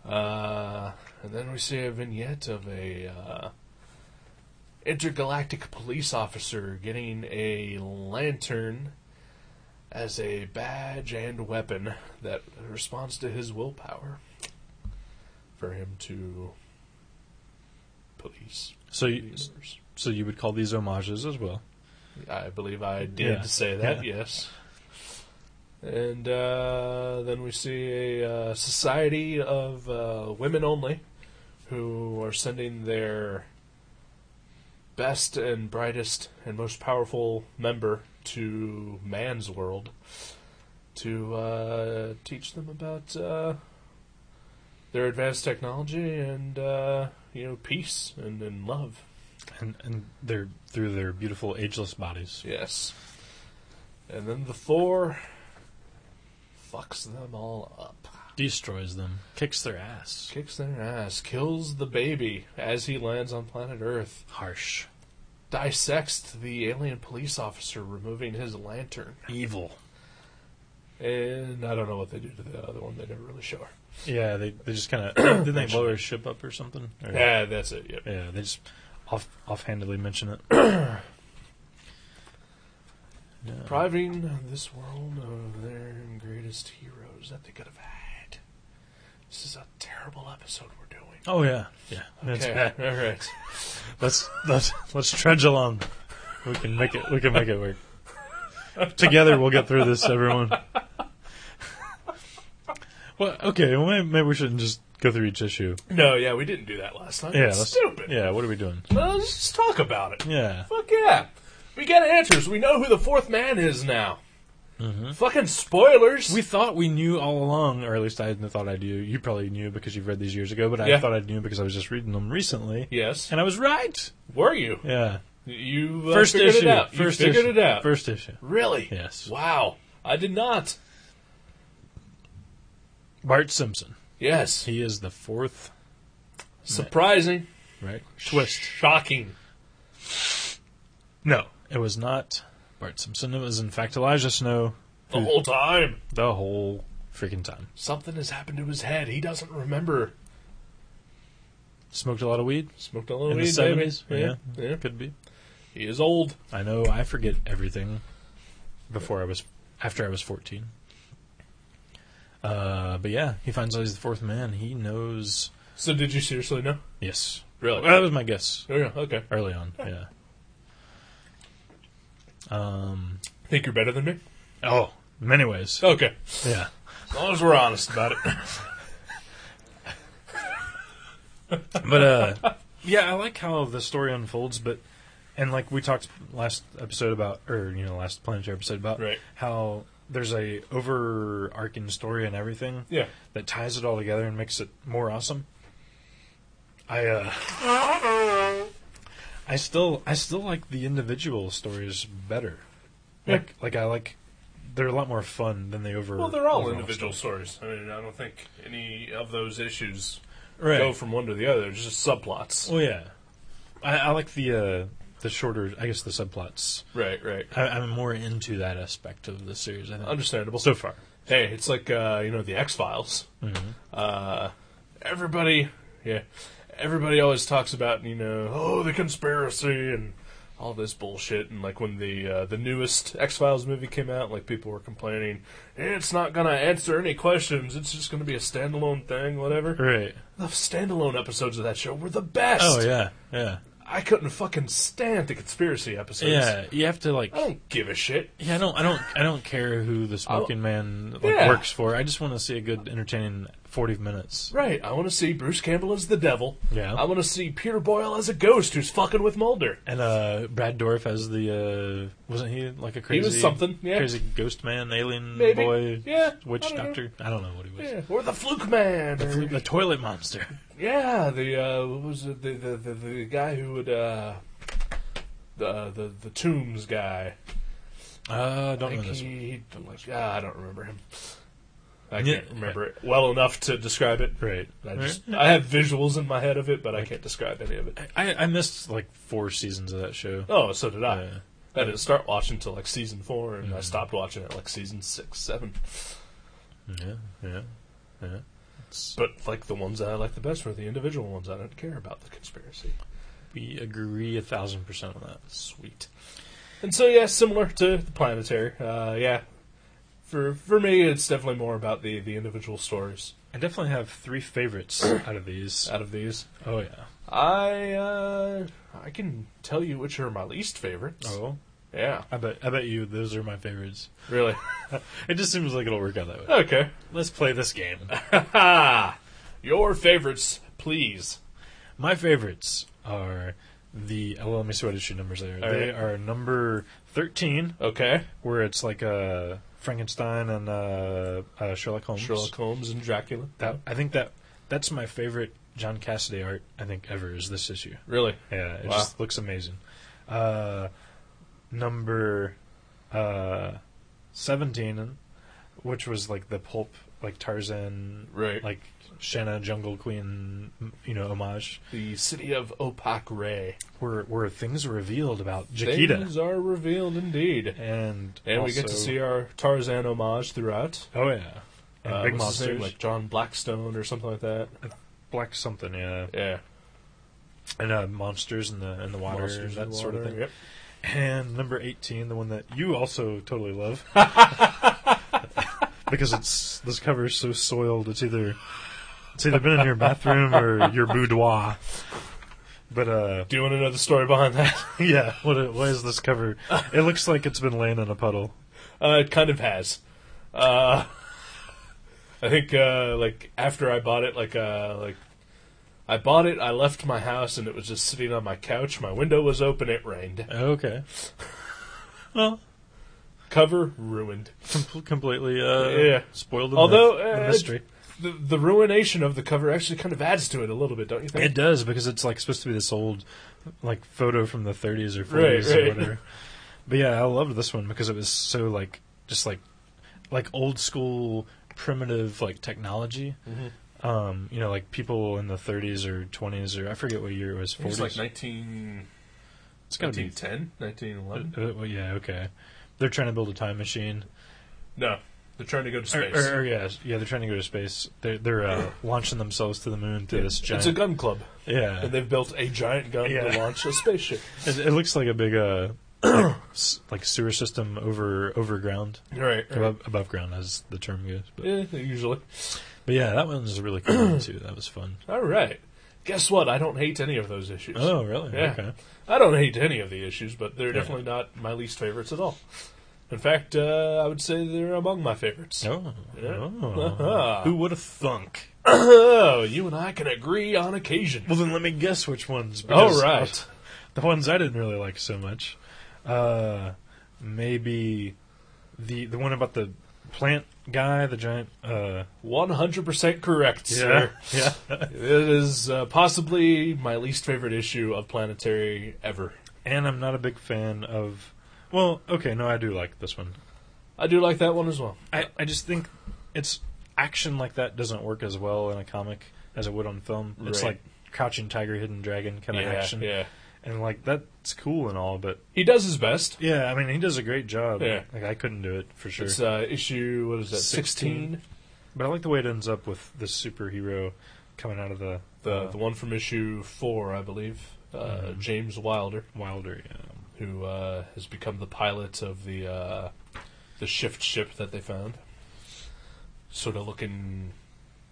Speaker 1: Uh, and then we see a vignette of a uh, intergalactic police officer getting a lantern as a badge and weapon that responds to his willpower for him to police
Speaker 3: So,
Speaker 1: the
Speaker 3: you,
Speaker 1: universe.
Speaker 3: so you would call these homages as well?
Speaker 1: I believe I did
Speaker 3: Yeah.
Speaker 1: say that,
Speaker 3: Yeah.
Speaker 1: yes. And uh, then we see a uh, society of uh, women only who are sending their best and brightest and most powerful member to man's world to uh, teach them about uh, their advanced technology and uh, you know peace and, and love.
Speaker 3: And and they're through their beautiful ageless bodies.
Speaker 1: Yes. And then the Thor fucks them all up.
Speaker 3: Destroys them, kicks their ass.
Speaker 1: Kicks their ass, kills the baby as he lands on planet Earth,
Speaker 3: Harsh,
Speaker 1: dissects the alien police officer removing his lantern.
Speaker 3: evil.
Speaker 1: And I don't know what they do to the other one, they never really show her.
Speaker 3: Yeah, they they just kind of didn't they blow her ship up or something? Or-
Speaker 1: Yeah, Ah, that's it, yep.
Speaker 3: Yeah, they just off offhandedly mention it. Yeah.
Speaker 1: Depriving this world of their greatest heroes that they could have had. This is a terrible episode we're doing.
Speaker 3: Oh yeah, yeah. That's
Speaker 1: Okay,
Speaker 3: bad.
Speaker 1: alright.
Speaker 3: Let's let's let's trudge along. We can make it. We can make it work. Together, we'll get through this, everyone. Well, okay. Well, maybe, maybe we shouldn't just go through each issue.
Speaker 1: No, yeah, we didn't do that last time.
Speaker 3: Yeah,
Speaker 1: That's
Speaker 3: let's-
Speaker 1: stupid.
Speaker 3: Yeah, what are we doing?
Speaker 1: Well, let's Uh, just talk about it.
Speaker 3: Yeah,
Speaker 1: Fuck yeah. We got answers. We know who the fourth man is now. Fucking spoilers.
Speaker 3: Mm-hmm. we thought we knew all along, or at least I hadn't thought I knew. You probably knew because you've read these years ago, but
Speaker 1: Yeah.
Speaker 3: I thought I knew because I was just reading them recently,
Speaker 1: yes.
Speaker 3: and I was right.
Speaker 1: Were you?
Speaker 3: Yeah,
Speaker 1: You uh,
Speaker 3: first
Speaker 1: figured it
Speaker 3: issue.
Speaker 1: out. You
Speaker 3: First
Speaker 1: figured
Speaker 3: issue.
Speaker 1: it out.
Speaker 3: First issue.
Speaker 1: Really?
Speaker 3: Yes.
Speaker 1: Wow. I did not.
Speaker 3: Bart Simpson.
Speaker 1: Yes.
Speaker 3: He is the fourth,
Speaker 1: Surprising.
Speaker 3: right? Twist.
Speaker 1: Shocking.
Speaker 3: No, it was not Bart Simpson. It was in fact Elijah Snow
Speaker 1: The whole time.
Speaker 3: the whole freaking time.
Speaker 1: Something has happened to his head. He doesn't remember.
Speaker 3: Smoked a lot of weed
Speaker 1: Smoked a little
Speaker 3: in
Speaker 1: weed,
Speaker 3: the seventies.
Speaker 1: baby.
Speaker 3: Yeah.
Speaker 1: yeah.
Speaker 3: could be.
Speaker 1: He is old.
Speaker 3: I know. I forget everything before I was after I was fourteen. Uh, but yeah, he finds out he's the fourth man. He knows.
Speaker 1: So did you seriously know?
Speaker 3: Yes,
Speaker 1: Really?
Speaker 3: that was my guess
Speaker 1: Oh, yeah. Okay.
Speaker 3: early on. Yeah. Um.
Speaker 1: Think you're better than me?
Speaker 3: Oh, many ways.
Speaker 1: Okay.
Speaker 3: Yeah.
Speaker 1: As long as we're honest about it.
Speaker 3: but uh yeah i like how the story unfolds but and like we talked last episode about or you know last planetary episode about
Speaker 1: Right.
Speaker 3: how there's a overarching story and everything
Speaker 1: yeah.
Speaker 3: that ties it all together and makes it more awesome i uh i still i still like the individual stories better
Speaker 1: Yeah.
Speaker 3: like like i like they're a lot more fun than the over
Speaker 1: Well, they're all
Speaker 3: overall
Speaker 1: individual stories. I mean, I don't think any of those issues
Speaker 3: story. right.
Speaker 1: go from one to the other. It's just subplots.
Speaker 3: Well, Oh, yeah, I, I like the uh, the shorter, I guess, the subplots.
Speaker 1: Right, right.
Speaker 3: I, I'm more into that aspect of the series. I think.
Speaker 1: Understandable.
Speaker 3: so far,
Speaker 1: hey, it's like uh, you know the X Files.
Speaker 3: Mm-hmm.
Speaker 1: Uh, everybody, yeah, everybody always talks about you know oh the conspiracy and all this bullshit and like when the uh, the newest X Files movie came out, like people were complaining it's not gonna answer any questions. It's just gonna be a standalone thing, whatever.
Speaker 3: right?
Speaker 1: The standalone episodes of that show were the best.
Speaker 3: Oh yeah, yeah.
Speaker 1: I couldn't fucking stand the conspiracy episodes.
Speaker 3: Yeah, you have to like.
Speaker 1: I don't give a shit.
Speaker 3: Yeah, I don't, I don't, I don't care who the smoking man like,
Speaker 1: Oh. Yeah.
Speaker 3: works for. I just want to see a good, entertaining forty minutes.
Speaker 1: Right. I want to see Bruce Campbell as the devil.
Speaker 3: Yeah.
Speaker 1: I want to see Peter Boyle as a ghost who's fucking with Mulder.
Speaker 3: And uh, Brad Dorff as the uh, wasn't he like a crazy
Speaker 1: was something, yeah.
Speaker 3: crazy ghost man, alien
Speaker 1: Maybe.
Speaker 3: boy,
Speaker 1: Yeah, I
Speaker 3: witch
Speaker 1: don't know.
Speaker 3: doctor? I don't know what he was.
Speaker 1: Yeah. Or the Fluke Man.
Speaker 3: The,
Speaker 1: or-
Speaker 3: flu- the toilet monster.
Speaker 1: Yeah, the uh, what was it? The, the the the guy who would uh, the uh, the the tombs guy.
Speaker 3: Uh, don't
Speaker 1: Like
Speaker 3: know this.
Speaker 1: he,
Speaker 3: One.
Speaker 1: he- ah, I don't remember him. I
Speaker 3: Yeah.
Speaker 1: can't remember it well enough to describe it.
Speaker 3: Right.
Speaker 1: I just I have visuals in my head of it, but I can't describe any of it.
Speaker 3: I, I missed like four seasons of that show.
Speaker 1: Oh, so did I.
Speaker 3: Yeah.
Speaker 1: I didn't start watching till like season four, and
Speaker 3: Mm.
Speaker 1: I stopped watching at like season six, seven.
Speaker 3: yeah, yeah, yeah. It's-
Speaker 1: But like the ones that I like the best were the individual ones. I don't care about the conspiracy.
Speaker 3: we agree a thousand percent on that. Sweet.
Speaker 1: And so, yeah, similar to the planetary. Uh, yeah, for for me, it's definitely more about the the individual stories
Speaker 3: I definitely have three favorites out of these.
Speaker 1: out of these.
Speaker 3: Oh yeah.
Speaker 1: I uh, I can tell you which are my least favorites.
Speaker 3: Oh,
Speaker 1: Yeah,
Speaker 3: I bet I bet you those are my favorites.
Speaker 1: really.
Speaker 3: It just seems like it'll work out that way.
Speaker 1: okay.
Speaker 3: Let's play this game.
Speaker 1: Ha! Your favorites, please.
Speaker 3: My favorites are the. Oh, let me see what issue numbers they are.
Speaker 1: All
Speaker 3: they
Speaker 1: right.
Speaker 3: are number thirteen,
Speaker 1: Okay.
Speaker 3: where it's like uh, Frankenstein and uh, uh, Sherlock Holmes.
Speaker 1: Sherlock Holmes and Dracula.
Speaker 3: That I think that that's my favorite John Cassidy art. I think ever is this issue.
Speaker 1: Really?
Speaker 3: Yeah, it
Speaker 1: Wow.
Speaker 3: just looks amazing. Uh, number uh, seventeen, which was like the pulp, like Tarzan,
Speaker 1: Right.
Speaker 3: like Shanna Jungle Queen, m- you know, homage,
Speaker 1: The city of Opac Ray.
Speaker 3: where where things are revealed about Jaquita,
Speaker 1: Things are revealed indeed.
Speaker 3: and
Speaker 1: And we get to
Speaker 3: also-
Speaker 1: see our Tarzan homage throughout.
Speaker 3: oh yeah, and
Speaker 1: Uh,
Speaker 3: big
Speaker 1: what's his name,
Speaker 3: monsters,
Speaker 1: like John Blackstone or something like that.
Speaker 3: black something, yeah,
Speaker 1: Yeah,
Speaker 3: and uh, monsters in the in the water,
Speaker 1: Monsters
Speaker 3: that
Speaker 1: in the
Speaker 3: sort of
Speaker 1: Water,
Speaker 3: thing.
Speaker 1: Yep.
Speaker 3: And number 18, the one that you also totally love. because it's this cover is so soiled. It's either it's either been in your bathroom or your boudoir. But uh
Speaker 1: Do you want to know the story behind that?
Speaker 3: yeah, what what is this cover? It looks like it's been laying in a puddle.
Speaker 1: Uh, it kind of has. Uh, I think uh, like after I bought it, like uh, like I bought it, I left my house and it was just sitting on my couch. My window was open. It rained.
Speaker 3: Okay. Well,
Speaker 1: Cover ruined.
Speaker 3: com- completely uh
Speaker 1: Yeah.
Speaker 3: spoiled the,
Speaker 1: Although,
Speaker 3: myth- the
Speaker 1: uh,
Speaker 3: mystery.
Speaker 1: The, the ruination of the cover actually kind of adds to it a little bit, don't you think?
Speaker 3: It does because it's like supposed to be this old, like photo from the 30s or 40s
Speaker 1: Right,
Speaker 3: or
Speaker 1: right.
Speaker 3: whatever. But yeah, I loved this one because it was so like just like like old school primitive like technology. Um, you know, like people in the 30s or 20s or I forget what year it was. 40s.
Speaker 1: It's like 19,
Speaker 3: it's gotta be.
Speaker 1: 1910, 1911.
Speaker 3: Uh, well, yeah, okay. They're trying to build a time machine.
Speaker 1: No, they're trying to go to
Speaker 3: Or,
Speaker 1: space.
Speaker 3: or, or yeah, yeah, they're trying to go to space. They're they're uh, launching themselves to the moon through this giant.
Speaker 1: It's a gun club,
Speaker 3: yeah,
Speaker 1: and they've built a giant gun
Speaker 3: Yeah.
Speaker 1: to launch a spaceship.
Speaker 3: It, it looks like a big uh, s- like sewer system over over ground,
Speaker 1: right, right.
Speaker 3: above, above ground as the term goes. But,
Speaker 1: Yeah, usually.
Speaker 3: but yeah, that one's really cool one, too. That was fun.
Speaker 1: All right. Guess what? I don't hate any of those issues.
Speaker 3: Oh, really?
Speaker 1: Yeah.
Speaker 3: Okay.
Speaker 1: I don't hate any of the issues, but they're
Speaker 3: Yeah.
Speaker 1: definitely not my least favorites at all. In fact, uh, I would say they're among my favorites.
Speaker 3: Oh,
Speaker 1: Yeah.
Speaker 3: oh.
Speaker 1: Uh-huh.
Speaker 3: who would have thunk?
Speaker 1: Oh, you and I can agree on occasion.
Speaker 3: Well, then let me guess which ones.
Speaker 1: all
Speaker 3: because
Speaker 1: Oh, right.
Speaker 3: the ones I didn't really like so much. Uh, maybe the the one about the plant guy, the giant. Uh,
Speaker 1: 100% correct, sir.
Speaker 3: yeah, yeah.
Speaker 1: It is uh, possibly my least favorite issue of Planetary ever.
Speaker 3: and I'm not a big fan of. Well, okay, no, I do like this one.
Speaker 1: I do like that one as well.
Speaker 3: I, I just think it's action like that doesn't work as well in a comic as it would on film. It's
Speaker 1: Right.
Speaker 3: like Crouching Tiger, Hidden Dragon kind of
Speaker 1: yeah,
Speaker 3: action,
Speaker 1: yeah.
Speaker 3: and like that's cool and all, but
Speaker 1: He does his best.
Speaker 3: yeah, I mean he does a great job.
Speaker 1: Yeah.
Speaker 3: like I couldn't do it for sure.
Speaker 1: It's uh, issue, what is that, 16?
Speaker 3: but I like the way it ends up with this superhero coming out of the
Speaker 1: The, the one from issue 4, I believe. Uh,
Speaker 3: Mhm.
Speaker 1: James Wilder.
Speaker 3: Wilder. Yeah.
Speaker 1: who uh, has become the pilot of the uh, the shift ship that they found. Sort of looking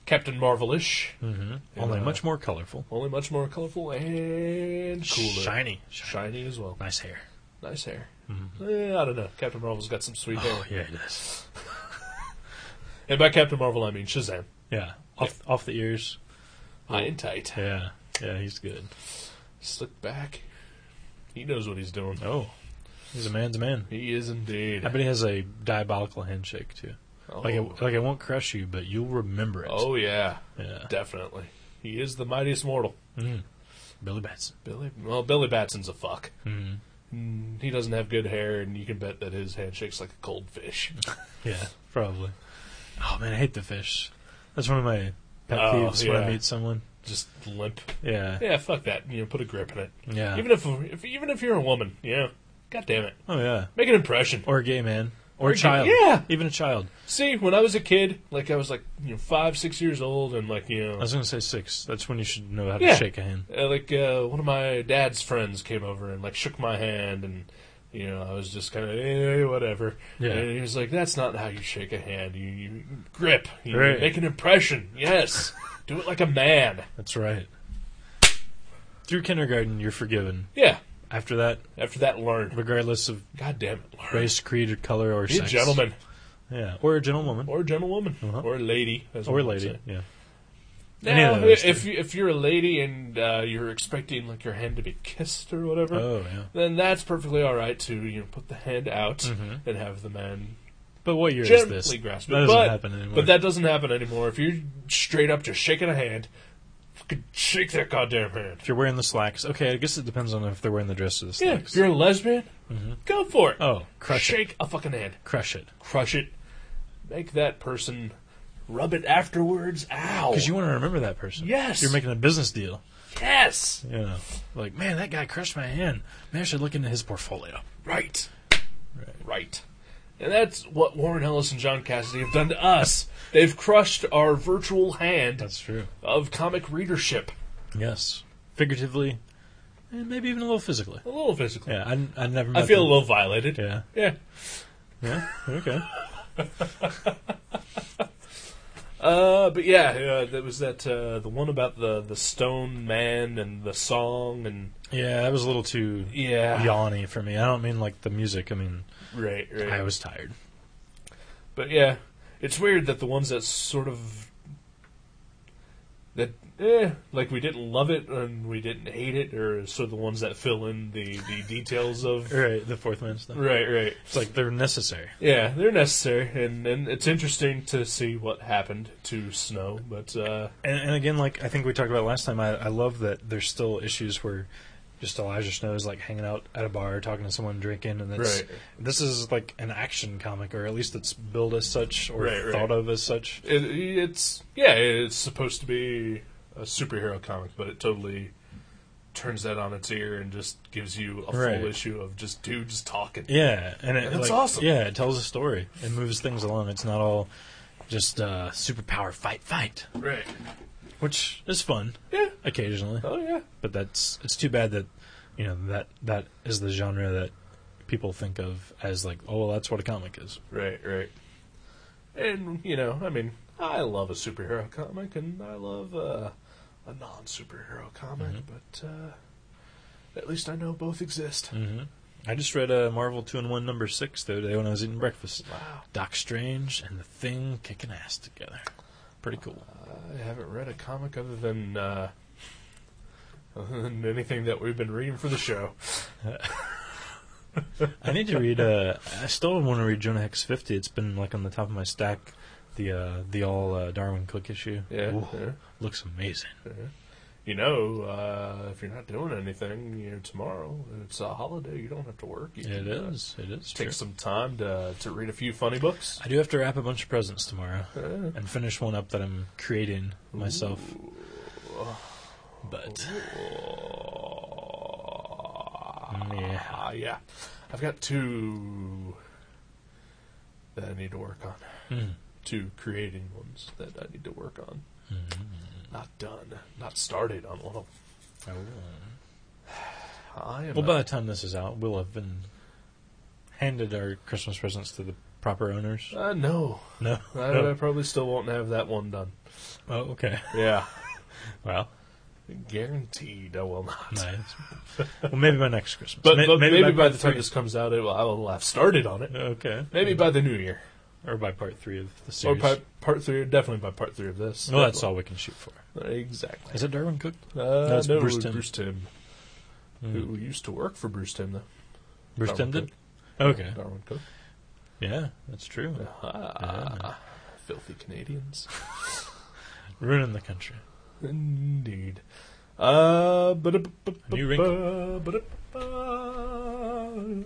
Speaker 1: Captain Marvelish,
Speaker 3: Mm-hmm.
Speaker 1: And,
Speaker 3: Only
Speaker 1: uh,
Speaker 3: much more colorful.
Speaker 1: only much more colorful and cooler,
Speaker 3: Shiny.
Speaker 1: shiny as well.
Speaker 3: Nice hair.
Speaker 1: Nice hair. Eh, I don't know. Captain Marvel's got some sweet hair.
Speaker 3: Oh, yeah, it is.
Speaker 1: And by Captain Marvel, I mean Shazam.
Speaker 3: Yeah. Off, off the ears. Oh.
Speaker 1: High and tight,
Speaker 3: Yeah. Yeah, he's good.
Speaker 1: slick back. He knows what he's doing.
Speaker 3: Oh. He's a man's man.
Speaker 1: He is indeed.
Speaker 3: I bet he has a diabolical handshake, too.
Speaker 1: oh.
Speaker 3: Like, it, like it won't crush you, but you'll remember it.
Speaker 1: oh yeah,
Speaker 3: Yeah.
Speaker 1: definitely. He is the mightiest mortal.
Speaker 3: Mm. Billy Batson.
Speaker 1: Billy, well, Billy Batson's a fuck.
Speaker 3: Mm.
Speaker 1: Mm, He doesn't have good hair, and you can bet that his handshake's like a cold fish.
Speaker 3: Yeah, probably. Oh, man, I hate the fish. That's one of my pet
Speaker 1: Oh,
Speaker 3: peeves when
Speaker 1: yeah.
Speaker 3: I meet someone.
Speaker 1: Just limp.
Speaker 3: Yeah.
Speaker 1: Yeah, fuck that. You know, put a grip in it.
Speaker 3: Yeah.
Speaker 1: Even if, if even if you're a woman, yeah. God damn it,
Speaker 3: oh, yeah.
Speaker 1: make an impression.
Speaker 3: Or a gay man.
Speaker 1: Or
Speaker 3: Or, a
Speaker 1: a gay-
Speaker 3: child.
Speaker 1: yeah.
Speaker 3: Even a child.
Speaker 1: See, when I was a kid, like I was like you know five, six years old, and like you
Speaker 3: I
Speaker 1: know,
Speaker 3: was going to say six. That's when you should know how to
Speaker 1: Yeah.
Speaker 3: shake a hand.
Speaker 1: uh, like uh, one of my dad's friends came over and like shook my hand, and you know I was just kind of eh, whatever.
Speaker 3: Yeah.
Speaker 1: And he was like, "That's not how you shake a hand. You, you grip. You
Speaker 3: Right.
Speaker 1: make an impression. Yes, do it like a man.
Speaker 3: That's right. Through kindergarten, you're forgiven.
Speaker 1: Yeah.
Speaker 3: After that,
Speaker 1: After that, learn.
Speaker 3: regardless of
Speaker 1: God damn it, learn.
Speaker 3: race, creed, or color, or
Speaker 1: Be a
Speaker 3: sex.
Speaker 1: gentleman
Speaker 3: Yeah, or a gentlewoman,
Speaker 1: or a gentlewoman
Speaker 3: Uh-huh.
Speaker 1: or a lady, as
Speaker 3: or a
Speaker 1: we would
Speaker 3: lady.
Speaker 1: say.
Speaker 3: Yeah. Any
Speaker 1: Now,
Speaker 3: of those
Speaker 1: if you, if you're a lady and uh, you're expecting like your hand to be kissed or whatever,
Speaker 3: Oh yeah.
Speaker 1: then that's perfectly all right to you know put the hand out and have the man
Speaker 3: But what year Mm-hmm. is
Speaker 1: gently
Speaker 3: this?
Speaker 1: grasp it.
Speaker 3: That doesn't
Speaker 1: but,
Speaker 3: happen anymore.
Speaker 1: But that doesn't happen anymore. If you're straight up just shaking a hand, fucking shake that goddamn hand.
Speaker 3: if you're wearing the slacks, okay. I guess it depends on if they're wearing the dress or the
Speaker 1: Yeah,
Speaker 3: slacks.
Speaker 1: if you're a lesbian, go for it.
Speaker 3: Mm-hmm. oh, crush it,
Speaker 1: shake a fucking hand,
Speaker 3: crush it,
Speaker 1: crush it, make that person rub it afterwards. Ow!
Speaker 3: because you want to remember that person.
Speaker 1: Yes.
Speaker 3: You're making a business deal.
Speaker 1: yes,
Speaker 3: You know, like man, that guy crushed my hand. Man, I should look into his portfolio.
Speaker 1: right,
Speaker 3: Right.
Speaker 1: right. And that's what Warren Ellis and John Cassidy have done to us. They've crushed our virtual hand
Speaker 3: That's true.
Speaker 1: of comic readership.
Speaker 3: Yes, figuratively, and maybe even a little physically.
Speaker 1: A little physically.
Speaker 3: Yeah, I, I never.
Speaker 1: I
Speaker 3: Met
Speaker 1: feel a
Speaker 3: them.
Speaker 1: little violated.
Speaker 3: Yeah.
Speaker 1: Yeah.
Speaker 3: Yeah. Okay.
Speaker 1: Uh, but yeah, uh, that was that uh, the one about the the stone man and the song and
Speaker 3: Yeah, that was a little too
Speaker 1: yeah,
Speaker 3: yawny for me. I don't mean like the music. I mean
Speaker 1: right, right.
Speaker 3: I was tired.
Speaker 1: But yeah, it's weird that the ones that sort of that eh, like we didn't love it and we didn't hate it, or sort of the ones that fill in the the details of
Speaker 3: Right, the fourth man stuff.
Speaker 1: right, right.
Speaker 3: It's like they're necessary.
Speaker 1: Yeah, they're necessary, and and it's interesting to see what happened to Snow, but uh,
Speaker 3: And, and again, like I think we talked about last time, I, I love that there's still issues where just Elijah Snow is like hanging out at a bar, talking to someone, drinking, and it's
Speaker 1: Right.
Speaker 3: this is like an action comic, or at least it's billed as such, or
Speaker 1: Right, right.
Speaker 3: thought of as such.
Speaker 1: It, it's yeah, it's supposed to be a superhero comic, but it totally turns that on its ear and just gives you a
Speaker 3: Right.
Speaker 1: full issue of just dudes talking.
Speaker 3: Yeah, and it,
Speaker 1: That's
Speaker 3: like,
Speaker 1: awesome.
Speaker 3: Yeah, it tells a story. It moves things along. It's not all just uh, superpower fight fight,
Speaker 1: Right.
Speaker 3: which is fun
Speaker 1: Yeah.
Speaker 3: occasionally.
Speaker 1: Oh yeah.
Speaker 3: but that's it's too bad that you know that that is the genre that people think of as like oh well, that's what a comic is
Speaker 1: Right. Right. And you know, I mean, I love a superhero comic, and I love uh, a non-superhero comic,
Speaker 3: Mm-hmm.
Speaker 1: but uh, at least I know both exist.
Speaker 3: mm-hmm. i just read uh, marvel 2 and 1 number 6 the other day when i was eating breakfast
Speaker 1: Wow.
Speaker 3: doc strange and the thing kicking ass together pretty cool
Speaker 1: Uh, I haven't read a comic other than uh, other than anything that we've been reading for the show.
Speaker 3: i need to read uh, i still want to read jonah hex 50 it's been like on the top of my stack the uh, the all uh, darwin cook issue
Speaker 1: Yeah.
Speaker 3: Ooh,
Speaker 1: yeah.
Speaker 3: looks amazing
Speaker 1: You know, uh, if you're not doing anything, you know, tomorrow it's a holiday. You don't have to work. You
Speaker 3: it
Speaker 1: can, uh,
Speaker 3: is it is
Speaker 1: Take
Speaker 3: true.
Speaker 1: some time to to read a few funny books.
Speaker 3: i do have to wrap a bunch of presents tomorrow
Speaker 1: Uh,
Speaker 3: and finish one up that I'm creating myself. But yeah,
Speaker 1: ah, yeah, I've got two that I need to work on.
Speaker 3: Mm.
Speaker 1: Two creating ones that I need to work on.
Speaker 3: Hmm.
Speaker 1: Not done. Not started on one of. them. I am.
Speaker 3: well,
Speaker 1: a-
Speaker 3: by the time this is out, we'll have been handed our Christmas presents to the proper owners?
Speaker 1: Uh, no,
Speaker 3: No.
Speaker 1: I, I probably still won't have that one done.
Speaker 3: Oh, okay.
Speaker 1: Yeah,
Speaker 3: Well,
Speaker 1: guaranteed I will not.
Speaker 3: nice. well, maybe by next Christmas.
Speaker 1: But,
Speaker 3: Ma-
Speaker 1: but maybe, by, the
Speaker 3: part
Speaker 1: time this comes out, it will, I will have started on it.
Speaker 3: three. Okay.
Speaker 1: Maybe by the new year,
Speaker 3: Or by part three of the
Speaker 1: or
Speaker 3: series.
Speaker 1: by part three, or definitely by part three of this.
Speaker 3: well, that's all we can shoot for.
Speaker 1: Exactly.
Speaker 3: Is it Darwin Cook?
Speaker 1: Uh,
Speaker 3: That's
Speaker 1: no,
Speaker 3: Bruce Timm.
Speaker 1: Bruce Timm, who used to work for Bruce Timm, though.
Speaker 3: Hmm. Bruce
Speaker 1: Darwin
Speaker 3: Timm did?
Speaker 1: Cook.
Speaker 3: Okay.
Speaker 1: Darwin Cook.
Speaker 3: Yeah, that's true.
Speaker 1: Ah, Filthy Canadians.
Speaker 3: Ruining the country.
Speaker 1: Indeed. Uh, ba-da- ba- ba-
Speaker 3: New
Speaker 1: ba-
Speaker 3: wrinkle.
Speaker 1: ba- ba-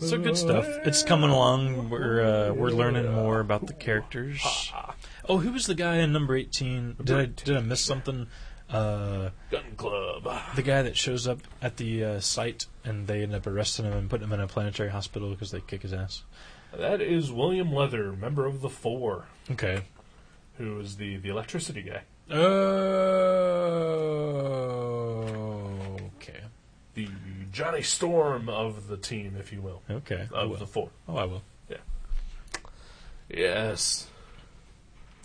Speaker 3: So good stuff. It's coming along. We're uh, we're learning more about the characters.
Speaker 1: Ah,
Speaker 3: Oh, who was the guy in number eighteen? Did I did I miss something? Uh,
Speaker 1: Gun Club.
Speaker 3: the guy that shows up at the uh, site and they end up arresting him and putting him in a planetary hospital because they kick his ass.
Speaker 1: That is William Leather, member of the Four,
Speaker 3: Okay.
Speaker 1: who is the, the electricity guy.
Speaker 3: Oh. Okay.
Speaker 1: The Johnny Storm of the team, if you will.
Speaker 3: Okay. I
Speaker 1: Of the
Speaker 3: will.
Speaker 1: Four.
Speaker 3: Oh, I will.
Speaker 1: Yes.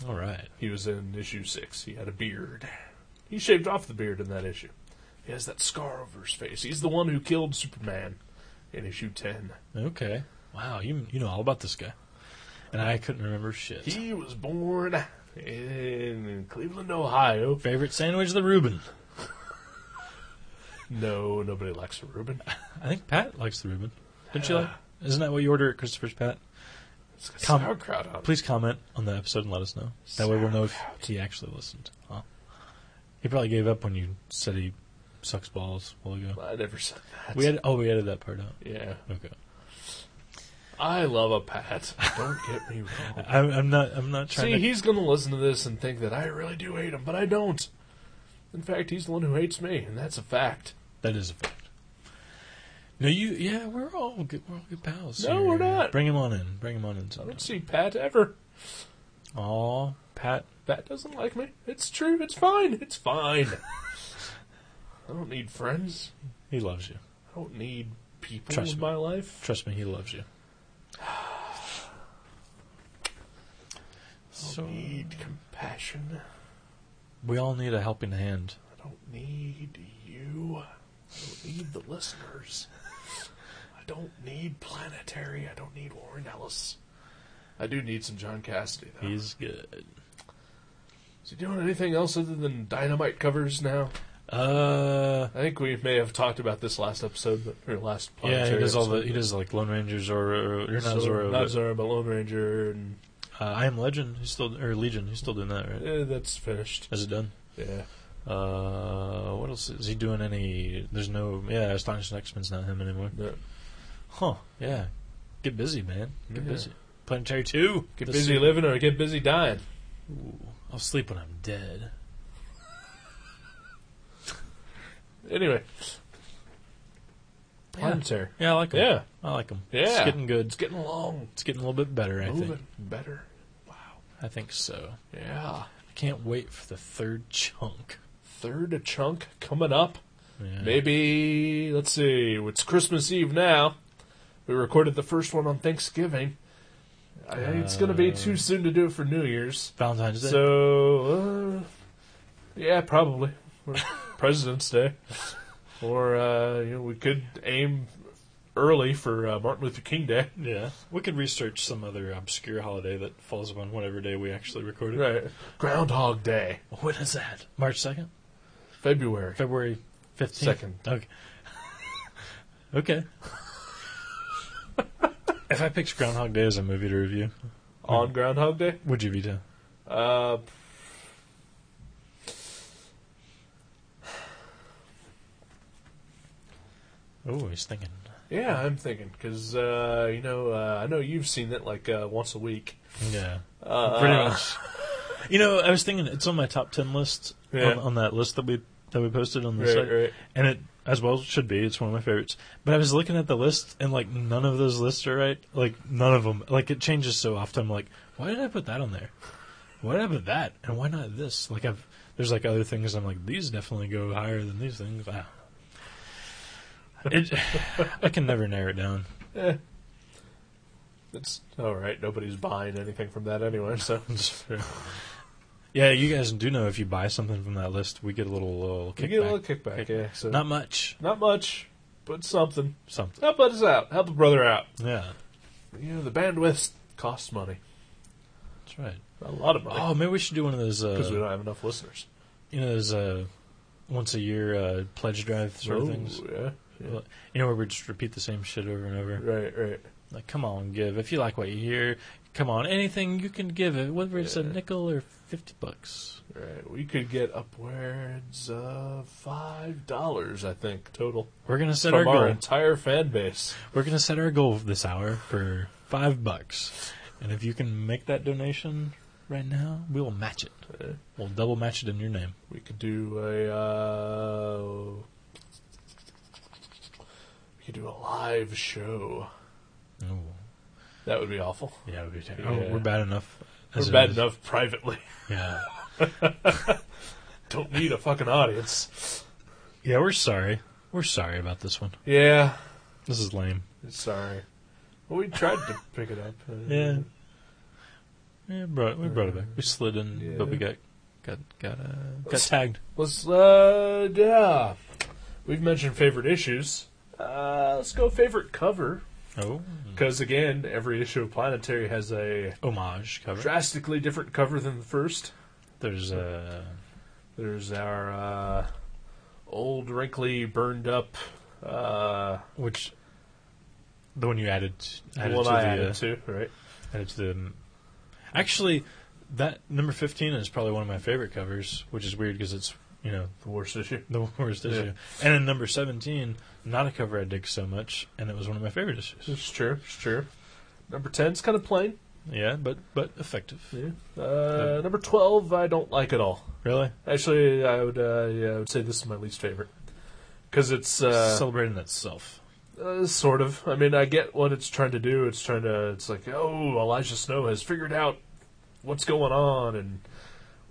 Speaker 3: All right.
Speaker 1: He was in issue six. He had a beard. He shaved off the beard in that issue. He has that scar over his face. He's the one who killed Superman in issue ten.
Speaker 3: Okay. Wow. You you know all about this guy, and I couldn't remember shit.
Speaker 1: He was born in Cleveland, Ohio.
Speaker 3: Favorite sandwich, the Reuben.
Speaker 1: No, nobody likes a Reuben.
Speaker 3: I think Pat likes the Reuben. Don't you like? Isn't that what you order at Christopher's, Pat?
Speaker 1: It's got
Speaker 3: Come-
Speaker 1: sauerkraut on it.
Speaker 3: Please comment on the episode and let us know. That way we'll know if he actually listened. Huh? He probably gave up when you said he sucks balls a while ago.
Speaker 1: I never said that.
Speaker 3: We had oh we edited that part out.
Speaker 1: yeah.
Speaker 3: Okay.
Speaker 1: I love a Pat. Don't get me wrong.
Speaker 3: I'm, I'm not I'm not trying
Speaker 1: See,
Speaker 3: to
Speaker 1: he's going to listen to this and think that I really do hate him, but I don't. In fact, he's the one who hates me, and that's a fact.
Speaker 3: That is a fact. No, you yeah, we're all good we're all good pals.
Speaker 1: No, we're not.
Speaker 3: Bring him on in. Bring him on in
Speaker 1: I
Speaker 3: sometime.
Speaker 1: don't see Pat ever.
Speaker 3: Aw, Pat.
Speaker 1: Pat doesn't like me. It's true. It's fine. It's fine. I don't need friends.
Speaker 3: He loves you.
Speaker 1: I don't need people
Speaker 3: Trust
Speaker 1: in
Speaker 3: me.
Speaker 1: my life.
Speaker 3: Trust me, he loves you.
Speaker 1: I
Speaker 3: So
Speaker 1: don't need compassion.
Speaker 3: we all need a helping hand.
Speaker 1: I don't need you. I don't need the listeners. I don't need Planetary. I don't need Warren Ellis. I do need some John Cassidy, though.
Speaker 3: He's good.
Speaker 1: Is he doing anything else other than dynamite covers now?
Speaker 3: Uh,
Speaker 1: I think we may have talked about this last episode, but, or last
Speaker 3: yeah, he
Speaker 1: Planetary
Speaker 3: does all the
Speaker 1: episode,
Speaker 3: he does like Lone Rangers or, or, or not
Speaker 1: So,
Speaker 3: Zorro.
Speaker 1: not
Speaker 3: but,
Speaker 1: Zorro, but Lone Ranger, and
Speaker 3: uh, I am Legend. He's still or Legion. He's still doing that, right?
Speaker 1: eh, that's finished.
Speaker 3: Is it done?
Speaker 1: Yeah.
Speaker 3: Uh, what else is he doing? Any? There's no. Yeah, Astonishing X Men's not him anymore.
Speaker 1: No.
Speaker 3: Huh? Yeah. Get busy, man. Get
Speaker 1: Yeah.
Speaker 3: busy. Planetary Two.
Speaker 1: Get
Speaker 3: The
Speaker 1: busy
Speaker 3: se-
Speaker 1: living or get busy dying.
Speaker 3: Ooh, I'll sleep when I'm dead.
Speaker 1: Anyway.
Speaker 3: Yeah.
Speaker 1: Planetary.
Speaker 3: Yeah, I like him.
Speaker 1: Yeah.
Speaker 3: I like him.
Speaker 1: Yeah.
Speaker 3: It's getting good.
Speaker 1: It's getting along.
Speaker 3: It's getting a little bit better. I
Speaker 1: Moving
Speaker 3: think.
Speaker 1: better. Wow.
Speaker 3: I think so.
Speaker 1: Yeah.
Speaker 3: I can't wait for the third chunk.
Speaker 1: Third a chunk coming up.
Speaker 3: Yeah.
Speaker 1: Maybe, let's see, it's Christmas Eve now. We recorded the first one on Thanksgiving. I think it's going to be
Speaker 3: Uh,
Speaker 1: too soon to do it for New Year's.
Speaker 3: Valentine's Day.
Speaker 1: So, uh, yeah, probably Or President's Day, or uh, you know, we could aim early for uh, Martin Luther King Day.
Speaker 3: Yeah, we could research some other obscure holiday that falls upon whatever day we actually recorded.
Speaker 1: Right, Groundhog Day,
Speaker 3: When is that? March second,
Speaker 1: February.
Speaker 3: February fifteenth,
Speaker 1: Second.
Speaker 3: Okay. okay. if I picked Groundhog Day as a movie to review, Hmm.
Speaker 1: On Groundhog Day,
Speaker 3: would you be down?
Speaker 1: uh,
Speaker 3: Oh, he's thinking.
Speaker 1: yeah, I'm thinking because uh, you know uh, I know you've seen it like uh, once a week.
Speaker 3: Yeah,
Speaker 1: Uh,
Speaker 3: pretty much. You know, I was thinking it's on my top ten list
Speaker 1: Yeah.
Speaker 3: on, on that list that we that we posted on the
Speaker 1: Right,
Speaker 3: site.
Speaker 1: right.
Speaker 3: and it as well should be. It's one of my favorites. But I was looking at the list, and like none of those lists are right. Like none of them. Like it changes so often. I'm like, why did I put that on there? Why did I put that? And why not this? Like I've there's like other things. I'm like these definitely go higher than these things. I don't know. It, I can never narrow it down.
Speaker 1: It's Eh. all right. Nobody's buying anything from that anyway. So
Speaker 3: Just for- yeah, you guys do know if you buy something from that list, we get a little, little kickback.
Speaker 1: you get a little kickback.
Speaker 3: Kick-
Speaker 1: Yeah. So
Speaker 3: Not much.
Speaker 1: not much, but something.
Speaker 3: Something.
Speaker 1: Help us out. Help a brother out.
Speaker 3: Yeah,
Speaker 1: You know the bandwidth costs money.
Speaker 3: that's right.
Speaker 1: A lot of money
Speaker 3: Oh, maybe we should do one of those.
Speaker 1: because we
Speaker 3: Uh,
Speaker 1: don't have enough listeners.
Speaker 3: you know those uh, once a year uh, pledge drive sort of
Speaker 1: Oh,
Speaker 3: things.
Speaker 1: Yeah. yeah.
Speaker 3: You know where we just repeat the same shit over and over.
Speaker 1: Right. Right.
Speaker 3: Like, come on, give. If you like what you hear, come on. Anything you can give it, whether it's a
Speaker 1: Yeah.
Speaker 3: nickel or fifty bucks.
Speaker 1: Right. We could get upwards of five dollars, I think, total
Speaker 3: We're gonna set
Speaker 1: from
Speaker 3: our
Speaker 1: our
Speaker 3: goal.
Speaker 1: entire fan base.
Speaker 3: We're gonna set our goal this hour for five bucks, and if you can make that donation right now, we will match it.
Speaker 1: Yeah.
Speaker 3: We'll double match it in your name.
Speaker 1: We could do a. Uh, we could do a live show.
Speaker 3: Oh,
Speaker 1: That would be awful.
Speaker 3: yeah, we'll be
Speaker 1: Yeah.
Speaker 3: we're bad enough. as
Speaker 1: We're
Speaker 3: it
Speaker 1: bad
Speaker 3: is.
Speaker 1: enough privately.
Speaker 3: Yeah,
Speaker 1: Don't need a fucking audience.
Speaker 3: yeah, we're sorry. We're sorry about this one.
Speaker 1: Yeah,
Speaker 3: This is lame.
Speaker 1: sorry. Well, we tried to pick it up. uh,
Speaker 3: Yeah. Yeah, brought, we brought it back. We slid in,
Speaker 1: Yeah.
Speaker 3: but we got got got uh, got tagged.
Speaker 1: Let's. Uh, yeah. We've mentioned favorite issues. Uh, let's go favorite cover.
Speaker 3: Oh,
Speaker 1: Because again, every issue of Planetary has a
Speaker 3: homage cover.
Speaker 1: drastically different cover than the first.
Speaker 3: There's uh,
Speaker 1: There's our uh, old, wrinkly, burned up. Uh,
Speaker 3: which the one you added
Speaker 1: the
Speaker 3: added
Speaker 1: one
Speaker 3: to
Speaker 1: I
Speaker 3: the
Speaker 1: added
Speaker 3: uh,
Speaker 1: to, right?
Speaker 3: added to the. um, Actually, that number fifteen is probably one of my favorite covers, which is weird because it's you know
Speaker 1: The worst issue.
Speaker 3: the worst
Speaker 1: Yeah.
Speaker 3: issue. And in number seventeen, not a cover I dig so much, and it was one of my favorite issues.
Speaker 1: It's true. It's true. Number ten's kind of plain.
Speaker 3: Yeah, but but effective.
Speaker 1: Yeah. Uh, number twelve, I don't like at all.
Speaker 3: Really
Speaker 1: Actually, I would. Uh, yeah, I would say this is my least favorite because it's uh,
Speaker 3: celebrating itself.
Speaker 1: Uh, sort of. I mean, I get what it's trying to do. It's trying to. It's like, oh, Elijah Snow has figured out what's going on, and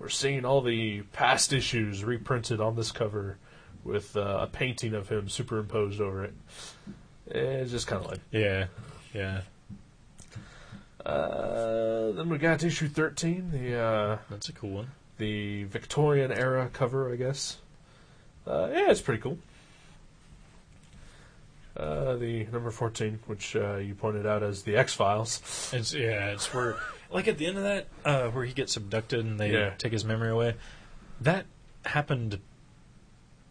Speaker 1: we're seeing all the past issues reprinted on this cover with uh, a painting of him superimposed over it. Eh, It's just kind of like.
Speaker 3: Yeah, yeah.
Speaker 1: Uh, then we got issue thirteen, the uh,
Speaker 3: That's a cool one.
Speaker 1: the Victorian era cover, I guess. Uh, yeah, it's pretty cool. Uh, the number 14, which uh, you pointed out as the X Files.
Speaker 3: It's yeah, it's where like at the end of that, uh, where he gets abducted and they
Speaker 1: Yeah.
Speaker 3: take his memory away. That happened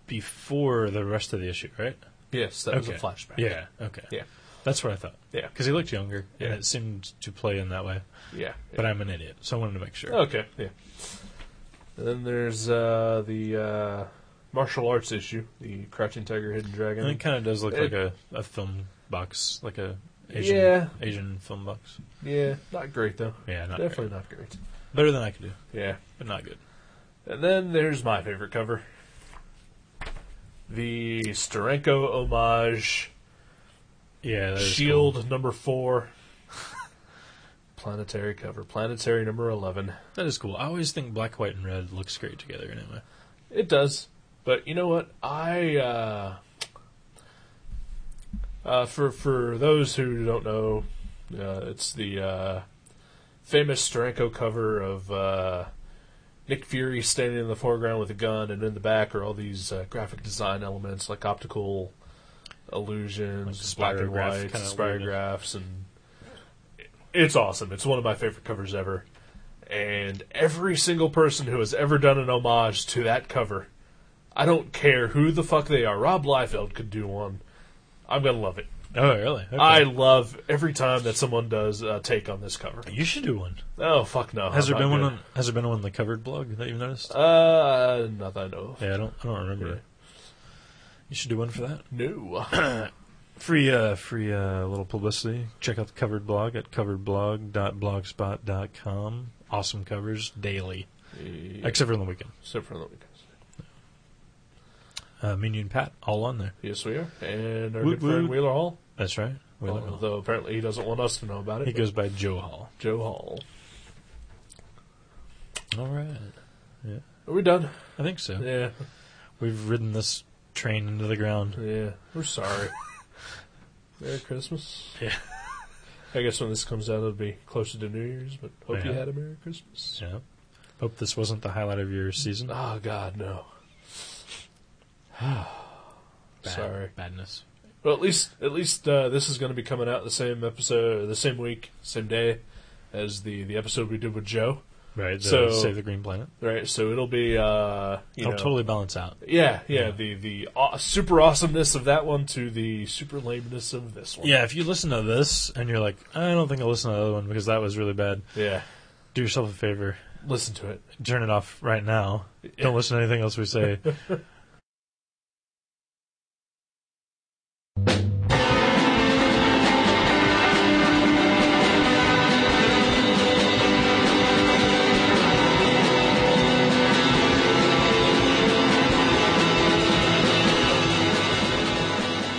Speaker 3: before the rest of the issue, right?
Speaker 1: Yes, that was a
Speaker 3: Okay.
Speaker 1: flashback.
Speaker 3: Yeah. Okay.
Speaker 1: Yeah.
Speaker 3: That's what I thought.
Speaker 1: Yeah.
Speaker 3: Because he looked younger,
Speaker 1: Yeah.
Speaker 3: and it seemed to play in that way.
Speaker 1: Yeah. Oh,
Speaker 3: But I'm an idiot, so I wanted to make sure.
Speaker 1: Okay, yeah. And then there's uh, the uh, martial arts issue, the Crouching Tiger, Hidden Dragon.
Speaker 3: And it kind of does look
Speaker 1: It-
Speaker 3: like a, a film box, like a Asian
Speaker 1: Yeah.
Speaker 3: Asian film box.
Speaker 1: Yeah, not great, though.
Speaker 3: Yeah, not
Speaker 1: Definitely
Speaker 3: great.
Speaker 1: not great.
Speaker 3: better than I could do,
Speaker 1: Yeah.
Speaker 3: but not good.
Speaker 1: And then there's my favorite cover. The Starenko homage
Speaker 3: Yeah. that is
Speaker 1: Shield
Speaker 3: cool.
Speaker 1: number four. Planetary cover. Planetary number 11.
Speaker 3: That is cool. I always think black, white, and red looks great together. Anyway.
Speaker 1: It does. But you know what? I, uh, uh, for, for those who don't know, uh, it's the, uh, famous Steranko cover of, uh, Nick Fury standing in the foreground with a gun, and in the back are all these uh, graphic design elements like optical illusions,
Speaker 3: Like
Speaker 1: black and
Speaker 3: spirograph
Speaker 1: white,
Speaker 3: kinda
Speaker 1: spirographs, and it's awesome. It's one of my favorite covers ever. And every single person who has ever done an homage to that cover, I don't care who the fuck they are. Rob Liefeld could do one. I'm gonna love it.
Speaker 3: Oh, really? Okay.
Speaker 1: I love every time that someone does a take on this cover.
Speaker 3: You should do one.
Speaker 1: Oh fuck no!
Speaker 3: Has
Speaker 1: I'm
Speaker 3: there been
Speaker 1: not
Speaker 3: one
Speaker 1: good.
Speaker 3: on? Has there been one on the covered blog that you've noticed?
Speaker 1: Uh, not that I know of.
Speaker 3: yeah, I don't. I don't remember.
Speaker 1: Yeah.
Speaker 3: You should do one for that.
Speaker 1: No.
Speaker 3: Free, uh, free uh, little publicity. Check out the covered blog at coveredblog.blogspot.com. Awesome covers daily, except for on the weekend.
Speaker 1: Except for the weekends.
Speaker 3: Uh, me and you and Pat all on there.
Speaker 1: Yes, we are. And our
Speaker 3: Woot,
Speaker 1: good friend
Speaker 3: woot.
Speaker 1: Wheeler Hall.
Speaker 3: That's right. We love it.
Speaker 1: Although apparently he doesn't want us to know about it.
Speaker 3: He
Speaker 1: but
Speaker 3: goes by Joe Hall.
Speaker 1: Joe Hall.
Speaker 3: All right.
Speaker 1: Are we done?
Speaker 3: I think so.
Speaker 1: Yeah.
Speaker 3: We've ridden this train into the ground.
Speaker 1: Yeah. We're sorry. Merry Christmas.
Speaker 3: Yeah.
Speaker 1: I guess when this comes out, it'll be closer to New Year's. But hope you
Speaker 3: Yeah.
Speaker 1: had a Merry Christmas.
Speaker 3: Yeah. Ah, Hope this wasn't the highlight of your season.
Speaker 1: Oh God, no.
Speaker 3: Bad-
Speaker 1: Sorry.
Speaker 3: Badness.
Speaker 1: Well, at least at least uh, this is going to be coming out the same episode, the same week, same day as the the episode we did with Joe.
Speaker 3: Right. The
Speaker 1: So-
Speaker 3: Save the Green Planet.
Speaker 1: Right, so it'll be uh, you
Speaker 3: It'll
Speaker 1: know,
Speaker 3: Oh, totally balance out.
Speaker 1: yeah, yeah,
Speaker 3: Yeah.
Speaker 1: the the aw- super awesomeness of that one to the super lameness of this one.
Speaker 3: Yeah, if you listen to this and you're like, I don't think I'll listen to the other one because that was really bad,
Speaker 1: yeah.
Speaker 3: do yourself a favor.
Speaker 1: Listen to it.
Speaker 3: Turn it off right now. Don't listen to anything else we say.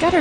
Speaker 4: Gutter